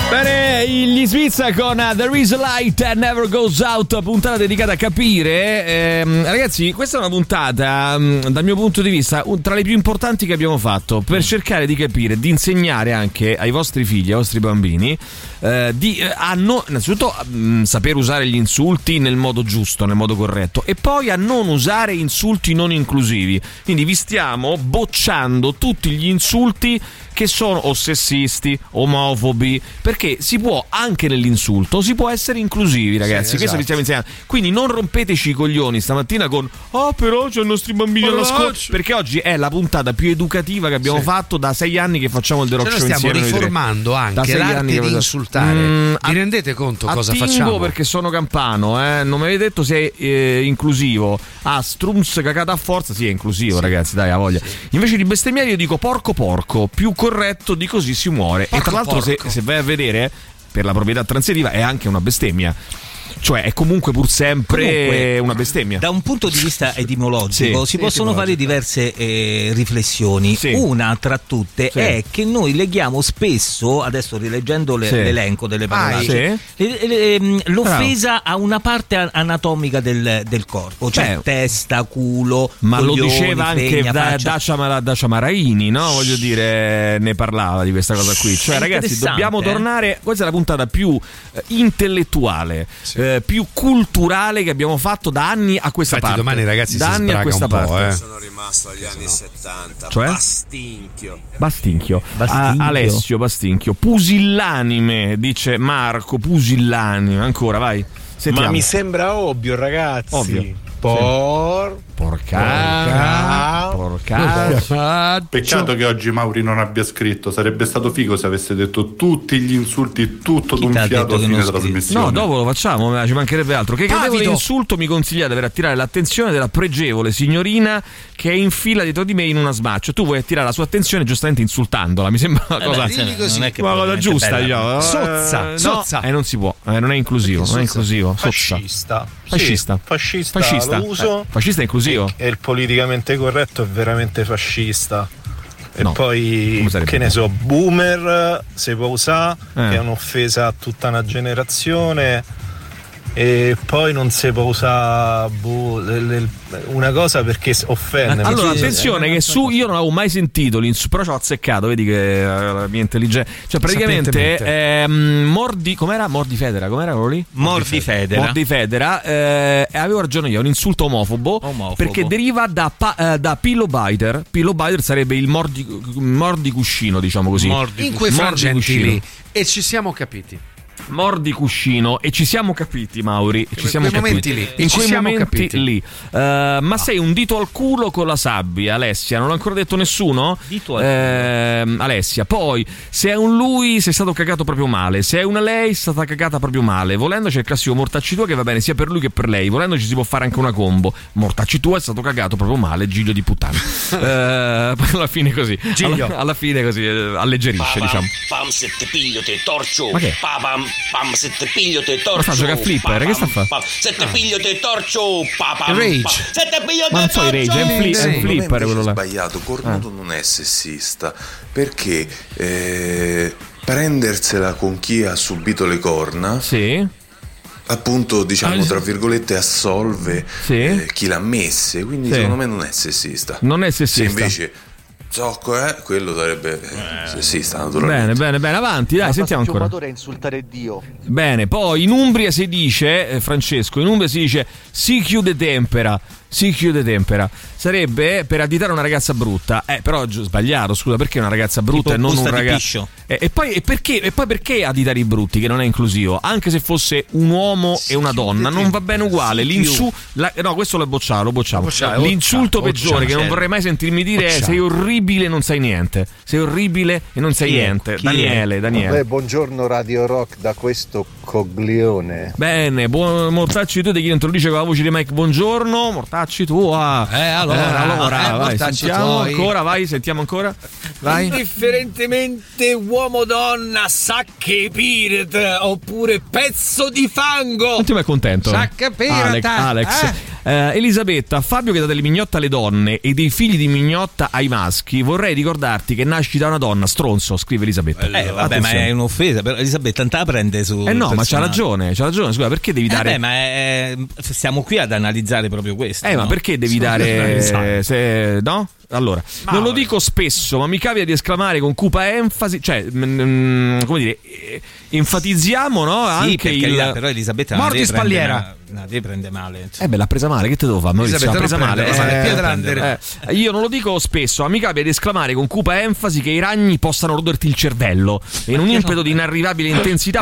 Bene, gli Smith con eh, There is a light that never goes out, puntata dedicata a capire. Ehm, ragazzi, questa è una puntata, mm, dal mio punto di vista, un- tra le più importanti che abbiamo fatto per cercare di capire, di insegnare anche ai vostri figli, ai vostri bambini, eh, di, eh, a no- innanzitutto mm, saper usare gli insulti nel modo giusto, nel modo corretto, e poi a non usare insulti non inclusivi. Quindi vi stiamo bocciando tutti gli insulti che sono o sessisti, omofobi, perché si può anche nell'insulto, si può essere inclusivi,
Sì,
ragazzi. Questo vi
esatto.
stiamo insegnando. Quindi non rompeteci i coglioni stamattina con "Ah, però c'è i nostri bambini
Parolacce."
all'ascolto", perché oggi è la puntata più educativa che abbiamo fatto da sei anni che facciamo il The Rock
Cioè, noi
Show
stiamo
insieme, noi tre.
riformando anche
Da sei
l'arte
anni che
di
facciamo-
insultare.
Mm,
Vi rendete conto cosa
attingo
facciamo?
perché sono campano, eh. non mi avete detto se è eh, inclusivo. Ah, strums cagata a forza, sì, è inclusivo, ragazzi, dai, ha voglia. Invece di bestemmiare io dico porco porco, più corretto di così si muore. e tra l'altro se, se vai a vedere, per la proprietà transitiva è anche una bestemmia. Cioè è comunque pur sempre
Comunque,
una bestemmia.
Da un punto di vista etimologico
Sì.
si
Sì,
possono
etimologico.
fare diverse eh, riflessioni.
Sì.
Una tra tutte
Sì.
è che noi leghiamo spesso, adesso rileggendo le-
Sì.
l'elenco delle
Vai.
parole,
Sì.
le- le- ehm, l'offesa a una parte a- anatomica del, del corpo, cioè
Beh.
testa, culo,
Ma lo
coglioni,
diceva anche
pegna,
da,
faccia.
Dacia, Mara- Dacia Maraini, no? Voglio dire, ne parlava di questa cosa qui. Cioè,
È
ragazzi,
interessante,
dobbiamo
eh.
tornare. Questa è la puntata più eh, intellettuale, eh, più culturale che abbiamo fatto da anni a questa
Infatti
parte.
domani, ragazzi, si
da anni
sbraga
a questa
un po',
parte.
eh.
Sono rimasto agli anni 70.
Cioè?
Bastinchio.
Bastinchio.
Bastinchio.
A- Alessio Bastinchio. Pusillanime, dice Marco. Pusillanime. Ancora, vai. Sentiamo.
Ma mi sembra ovvio, ragazzi.
Ovvio.
Por...
Porca. Porca.
Peccato che oggi Mauri non abbia scritto. Sarebbe stato figo se avesse detto tutti gli insulti, tutto d'un
t'ha detto
fiato a
che
fine
non
trasmissione.
No, dopo lo facciamo, ma ci mancherebbe altro. Che
Pavido.
gradevole insulto mi consigliate per attirare l'attenzione della pregevole signorina che è in fila dietro di me in una smaccio. Tu vuoi attirare la sua attenzione giustamente insultandola, mi sembra una
Eh beh,
cosa,
digli
una
così.
cosa
Non è che
giusta.
propriamente
Io.
bella.
Eh,
Sozza,
no,
sozza.
eh, non si può, eh, non è inclusivo, non è inclusivo. Sozza.
Fascista.
Fascista.
Sì, fascista.
Fascista.
Lo uso.
Eh, fascista è inclusivo.
E il politicamente corretto è veramente fascista. E poi,
sarebbe?
che ne so, boomer si può usare,
Eh.
che è un'offesa a tutta una generazione. E poi non si può usare boh, le- le- una cosa perché s- offende.
Allora,
perché-
attenzione che su io non avevo mai sentito l'insulto, però ci ho azzeccato, vedi che eh, la mia intelligenza. Cioè, praticamente
Sapientemente.
ehm, Mordi. Com'era? Mordi Federa, com'era quello lì?
Mordi Federa.
Mordi Federa. eh, e avevo ragione io, è un insulto omofobo,
Omofobo.
perché deriva da, pa- eh, da Pillow Biter. Pillow Biter sarebbe il mordi, mordicuscino, diciamo così.
in quei frangenti
Mordicuscino.
lì. E ci siamo capiti.
Mordicuscino e ci siamo capiti Mauri e ci
In
siamo
quei
capiti.
momenti lì.
in
Ci
quei
siamo
momenti
capiti.
lì Eh, ma sei un dito al culo con la sabbia Alessia non l'ha ancora detto nessuno
Dito al
Ehm, Alessia poi se è un lui sei stato cagato proprio male se è una lei sei stata cagata proprio male volendo c'è il classico mortacci tua che va bene sia per lui che per lei volendo ci si può fare anche una combo mortacci tua è stato cagato proprio male Giglio di puttana Eh, alla fine così
Giglio.
alla, alla fine così eh, alleggerisce diciamo
Pam se te piglio te torcio.
Ma che?
Pa, Pam, pam se te piglio te torcio.
sta a giocare a flipper,
Pa,
che sta a
pam,
fa?
pam, Se te piglio te torcio. Pa, pam,
È rage.
pam, Se te piglio
Ma
te
non so, è
torcio.
rage, è un, fli- è un flipper quello là. Ah.
sbagliato, Cornuto non è sessista perché eh, prendersela con chi ha subito le corna appunto
Ah,
diciamo tra virgolette assolve eh, chi l'ha messe quindi
Sì.
secondo me non è sessista
Non è sessista.
se invece zocco è quello sarebbe eh, sessista naturalmente
Bene, bene, bene, avanti, dai, sentiamo ancora.
è insultare Dio.
Bene, poi in Umbria si dice, eh, Francesco, in Umbria si dice si chiude tempera, si chiude tempera. Sarebbe eh, per additare una ragazza brutta. Eh, però gi- sbagliato, scusa, perché una ragazza
Tipo
brutta e non un
busta di
ragazzo?
piscio.
Eh, E, poi, e perché, e poi perché additare i brutti, che non è inclusivo? Anche se fosse un uomo e una donna, non va bene uguale. L'insu- la- no, questo lo bocciamo, lo bocciamo.
Lo bocciamo,
L'insulto
bocciamo,
peggiore che non
bocciamo.
vorrei mai sentirmi dire è
Bocciamo.
sei orribile e non sai niente. Sei orribile e non sai
Chi è?
niente.
Chi è?
Daniele, Daniele.
Vabbè, buongiorno Radio Rock da questo coglione.
Bene, buon Mortacci tu di chi introduce con la voce di Mike Buongiorno, Mortacci mortacci tua.
Eh, allora, eh,
vai,
mortacci
sentiamo
tuoi.
ancora, vai, sentiamo ancora. Vai.
Indifferentemente uomo-donna, sacche pirate oppure pezzo di fango.
Non ti mai contento. eh?
Sacca pirata,
Alex. Alex. Eh, Elisabetta, a Fabio che dà delle mignotte alle donne e dei figli di mignotta ai maschi, vorrei ricordarti che nasci da una donna, stronzo, scrive Elisabetta.
Eh, vabbè, ma
Attenzione.
è un'offesa. Però Elisabetta non te la prende su.
Eh no, ma c'ha
personale.
ragione, c'ha ragione, scusa, perché devi
Eh,
dare...
beh, ma è- siamo qui ad analizzare proprio questo.
Eh, ma
no?
perché devi
Siamo qui ad analizzare.
dare. se- no? Allora, non lo dico spesso, ma mi capita di esclamare con cupa enfasi, cioè, mm, mm, come dire, eh, enfatizziamo, no?
Sì,
Anche
per
il.
carità, però Elisabetta non la
Morti
deve prendere
spalliera.
male- non la deve prendere male.
Eh beh, l'ha presa male, che te devo fare? Maurizio, l'ha presa
Elisabetta, non
male.
prendere,
Eh,
eh,
eh,
prendere.
eh, io non lo dico spesso, ma mi capita di esclamare con cupa enfasi che i ragni possano roderti il cervello e in un impeto di inarrivabile intensità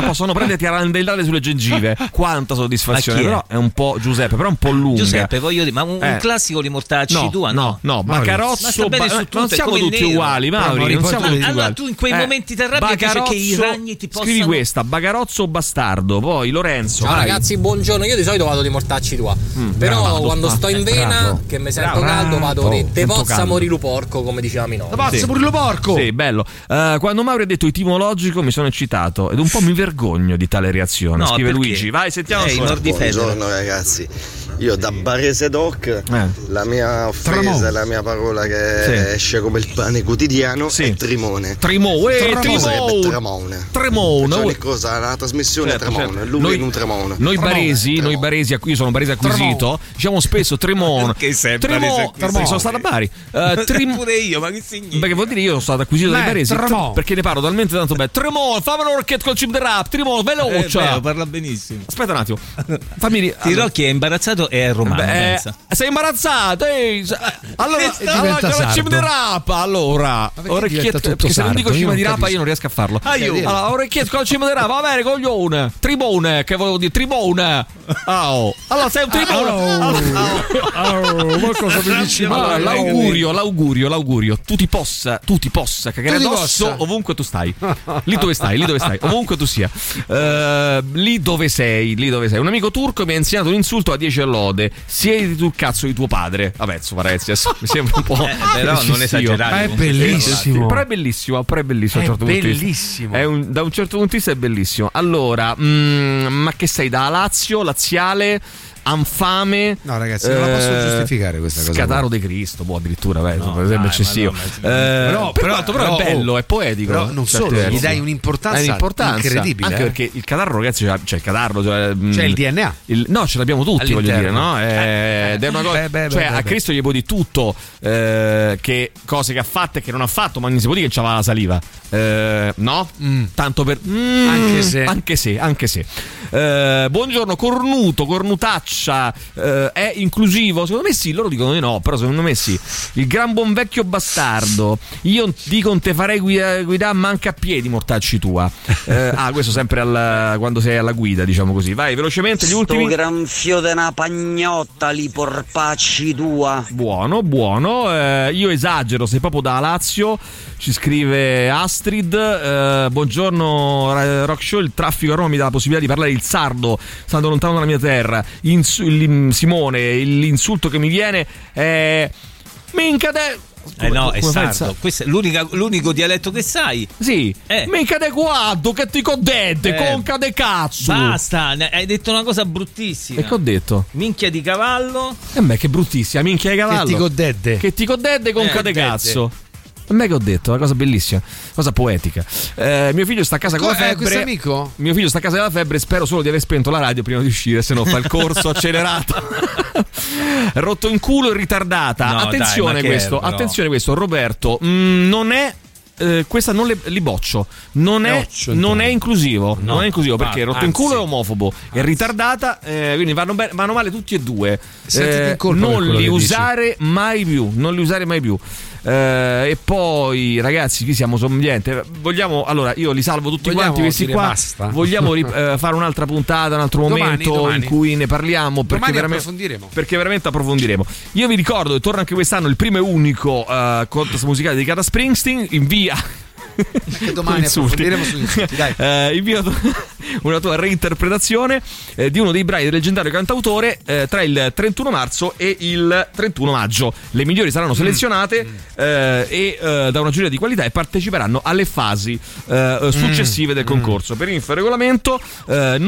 possono prenderti a randellare sulle gengive. Quanta soddisfazione,
Ma chi è?
però è un po' Giuseppe, però è un po' lunga.
Giuseppe, voglio dire, ma un, un
Eh.
classico di mortacci
No,
tua, no?
no, no, Baccarozzo,
Ma sta bene
Ba-
su
ma
tutto,
non
è
siamo
come il
tutti
nero.
uguali, Mauri,
Mauri,
non siamo
portali-
tutti
Allora
uguali.
tu in quei
Eh,
momenti ti arrabbi e dici che i
Baccarozzo-
ragni ti possono...
Scrivi questa, Bagarozzo o bastardo, poi Lorenzo.
Ciao
vai. Mm,
ragazzi, buongiorno. Io di solito vado di mortacci tua. Però
bravo.
quando sto in
Ah,
vena,
bravo.
che mi sento
Bravo.
caldo, vado
Oh,
di te
sento
pozza
caldo.
morilu porco, come diceva Minotto.
Sì. Sì, bello. Eh, quando Mauri ha detto etimologico mi sono eccitato ed un po' mi vergogno di tale reazione.
No,
Scrive
perché?
Luigi, vai,
Eh,
sentiamo ancora.
Buongiorno ragazzi, io da barese doc
Eh.
la mia
Tramò.
offesa, la mia parola che
Sì.
esce come il pane quotidiano è trimone.
Trimo, eh,
Tramone
Trimo.
sarebbe tramone.
Tremone,
Perciò
oh.
ogni cosa, la trasmissione
Certo,
è tramone,
certo.
lui
Noi-
in un tramone.
Noi baresi, noi baresi, io sono barese acquisito, diciamo spesso Tremon.
Che sei
Tremon-
barese acquisito?
Tremon, sono stato a Bari. Eh, Trim-
Pure io, ma che significa?
perché vuol dire io sono stato acquisito
Beh,
dai baresi
Tremon.
tr- perché ne parlo talmente tanto bene. Tremon, fammi un orchetto col chip del rap, Tremon,
Eh,
veloce.
vero, parla benissimo.
Aspetta un attimo. Fammi ri-
Ti Rocchi è imbarazzato e è romano,
Beh,
pensa.
eh, sei imbarazzato. eh. Allora,
Diventa
allora con la
sardo.
cima di rapa. Allora,
perché diventa
orecchietto.
tutto
Perché se non
sardo?
dico
Io
cima
non
di rapa,
capisco. Ah,
io non riesco a farlo.
Aiuto.
Allora, orecchietto con la cima di rapa. Va bene, coglione. Tribone, che volevo dire, tribone.
Ah, oh.
Au. Allora, sei un tribone. Allora-
ma cosa mi dici
Allora,
male?
l'augurio, l'augurio, l'augurio. Tu ti possa, tu ti possa cagare
Tu ti
addosso
possa.
ovunque tu stai. Lì dove stai, lì dove stai, ovunque tu sia. Eh, lì dove sei, lì dove sei. Un amico turco mi ha insegnato un insulto a 10 lode. Siediti sul cazzo di tuo padre. Vabbè, insomma, ragazzi, adesso mi sembra un po'.
Eh, però non
eccessivo.
esagerare, Ma è comunque. bellissimo.
Però è bellissimo, però è bellissimo. a un
È
certo punto di vista.
bellissimo.
È un- da un certo punto di vista è bellissimo. Allora, mm, ma che sei da Lazio, laziale? Anfame,
No, ragazzi, non la posso giustificare questa cosa qua.
Scataro De Cristo, boh, addirittura, beh, sembra eccessivo. Eh,
Però-
per
però-
quanto però,
però,
è bello,
oh,
è poetico.
però non
in certi
solo, gli
versi.
dai un'importanza
Dai Cioè, un'importanza,
incredibile,
Anche
eh.
perché il catarro, ragazzi, c'è, c'è il catarro. Cioè, mm,
C'è il DNA.
il- no, ce l'abbiamo tutti, voglio dire,
All'interno.
no? Eh, ed è una cosa-
Beh, beh, beh,
cioè,
beh, beh.
a Cristo gli può di tutto, eh, che cose che ha fatto e che non ha fatto, ma non gli si può dire che c'aveva la saliva, Eh, no? Tanto per. mm,
Anche se.
Anche se, anche se. Eh, buongiorno, cornuto, cornutaccia, eh, è inclusivo? Secondo me sì, loro dicono di no, però secondo me sì. Il gran buon vecchio bastardo, io dico non te farei guida, guidare manca a piedi, mortacci tua. Eh, ah, questo sempre al- quando sei alla guida, diciamo così. Vai, velocemente, gli ultimi.
granfio de una pagnotta li porpacci tua.
Buono, buono. Eh, io esagero, sei proprio da Lazio. Ci scrive Astrid. Eh, buongiorno, Ra- Rock Show. Il traffico a Roma mi dà la possibilità di parlare il sardo, stando lontano dalla mia terra. Insu- l'im- Simone, l'insulto che mi viene è. Minca te.
Eh no, è
Come fai il
sardo. Questo è l'unica- l'unico dialetto che sai.
Sì. Minca te guardo che ti coddente,
Eh.
conca de cazzo.
Basta, ne- hai detto una cosa bruttissima.
E che ho detto?
Minchia di cavallo.
E beh, che bruttissima, minchia di cavallo.
ti
godedde.
Che ti godedde con
Eh,
cade
godedde.
cazzo. A me che ho detto, una cosa bellissima, cosa poetica. Eh, mio figlio sta a casa con la
Co- eh,
febbre.
questo amico?
Mio figlio sta a casa con la febbre, spero solo di aver spento la radio prima di uscire, se no fa il corso accelerato. Rotto in culo e ritardata.
No,
attenzione
dai, ma che
questo,
è, però.
attenzione questo, Roberto, mm, non è eh, questa non le, li boccio. Non è,
Boccio,
non
no.
è inclusivo.
No.
Non è inclusivo
Ah,
perché rotto in
anzi.
culo è omofobo. È ritardata. eh, quindi vanno, be- vanno male tutti e due. Eh,
Sentiti in colpa per
non
quello
li
che dici.
usare mai più. Non li usare mai più. Eh, e poi, ragazzi, qui siamo sommiglienti. Vogliamo. Allora, io li salvo tutti
Vogliamo
quanti questi
dire
qua.
basta?
Vogliamo ri- eh, fare un'altra puntata, un altro
Domani,
momento
domani.
in cui ne parliamo. Perché
Domani
veramente
approfondiremo.
perché veramente approfondiremo. Io vi ricordo che torna anche quest'anno il primo e unico eh, contest musicale dedicato a Springsteen in via.
Anche domani
Insulti.
approfondiremo sugli insulti, dai.
Eh, invio tu- una tua reinterpretazione eh, di uno dei brani del leggendario cantautore eh, tra il 31 marzo e il 31 maggio. Le migliori
Mm.
saranno selezionate eh, e eh, da una giuria di qualità e parteciperanno alle fasi eh,
Mm.
successive del concorso. Per info e regolamento, eh,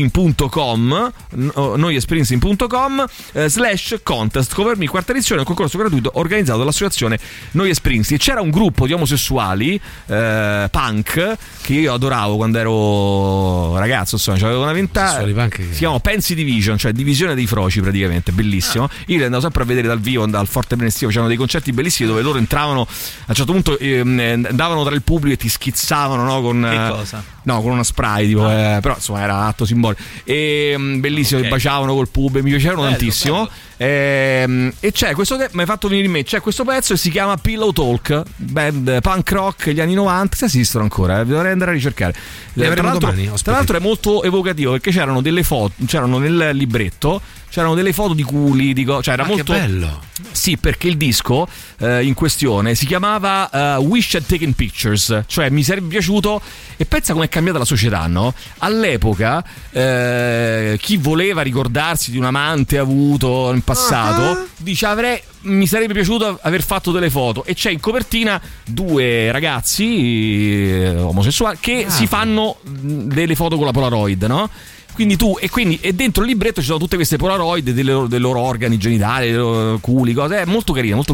noiespringsteen.com no- noiespringsteen.com eh, slash contest covermi quarta edizione un concorso gratuito organizzato dall'associazione Noie Springsteen c'era un gruppo di omosessuali eh, punk che io adoravo quando ero ragazzo insomma avevo una vent'anni si chiamava Pensi Division cioè divisione dei froci praticamente
Ah.
bellissimo io li andavo sempre a vedere dal vivo andavo al Forte Brennestivo c'erano dei concerti bellissimi dove loro entravano a un certo punto ehm, eh, andavano tra il pubblico e ti schizzavano no, con
Che
eh,
cosa?
No, con una spray, tipo,
Ah.
eh, però insomma era atto simbolico. E, mm, bellissimo,
Ok.
che baciavano col pub, mi piacevano
Bello,
tantissimo. Ehm, E, c'è questo che mi hai fatto venire in mente, c'è questo pezzo che si chiama Pillow Talk, band eh, punk rock gli anni 90, se esistono ancora, eh, dovrei andare a ricercare.
Le
Eh,
avremo
tra, l'altro,
domani,
tra l'altro è molto evocativo perché c'erano delle foto, c'erano nel libretto, c'erano delle foto di culi, di co- cioè era
Ma Ah, che
molto
bello.
Sì, perché il disco eh, in questione si chiamava eh, Wish Had Taken Pictures, cioè mi sarebbe piaciuto e pensa com'è cambiata la società, no? All'epoca eh, chi voleva ricordarsi di un amante avuto in passato dice avrei mi sarebbe piaciuto aver fatto delle foto e c'è in copertina due ragazzi eh, omosessuali che si fanno mh, delle foto con la Polaroid, no? Quindi tu, e quindi e dentro il libretto ci sono tutte queste polaroid dei loro, dei loro organi genitali, dei loro culi, cose. È molto carina, molto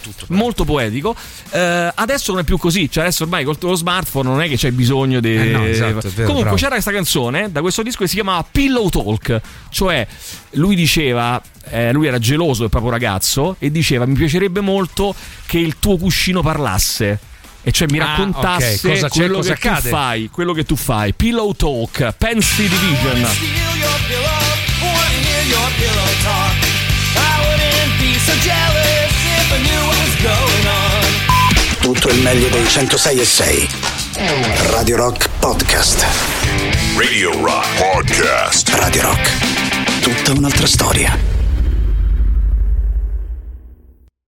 dire tutto,
molto poetico. Eh, adesso non è più così, cioè adesso ormai col tuo smartphone non è che c'è bisogno di.
Eh no, esatto, è vero,
Comunque
bravo.
c'era questa canzone eh, da questo disco che si chiamava Pillow Talk, cioè lui diceva. eh, lui era geloso del proprio ragazzo e diceva: Mi piacerebbe molto che il tuo cuscino parlasse. E cioè mi
Ah,
raccontasse
ok, cosa c'è,
quello
cosa
che
accade.
tu fai, quello che tu fai. Pillow Talk, Pensy Division.
Tutto il meglio dei 106 e 6. Radio Rock Podcast.
Radio Rock Podcast.
Radio Rock. Tutta un'altra storia.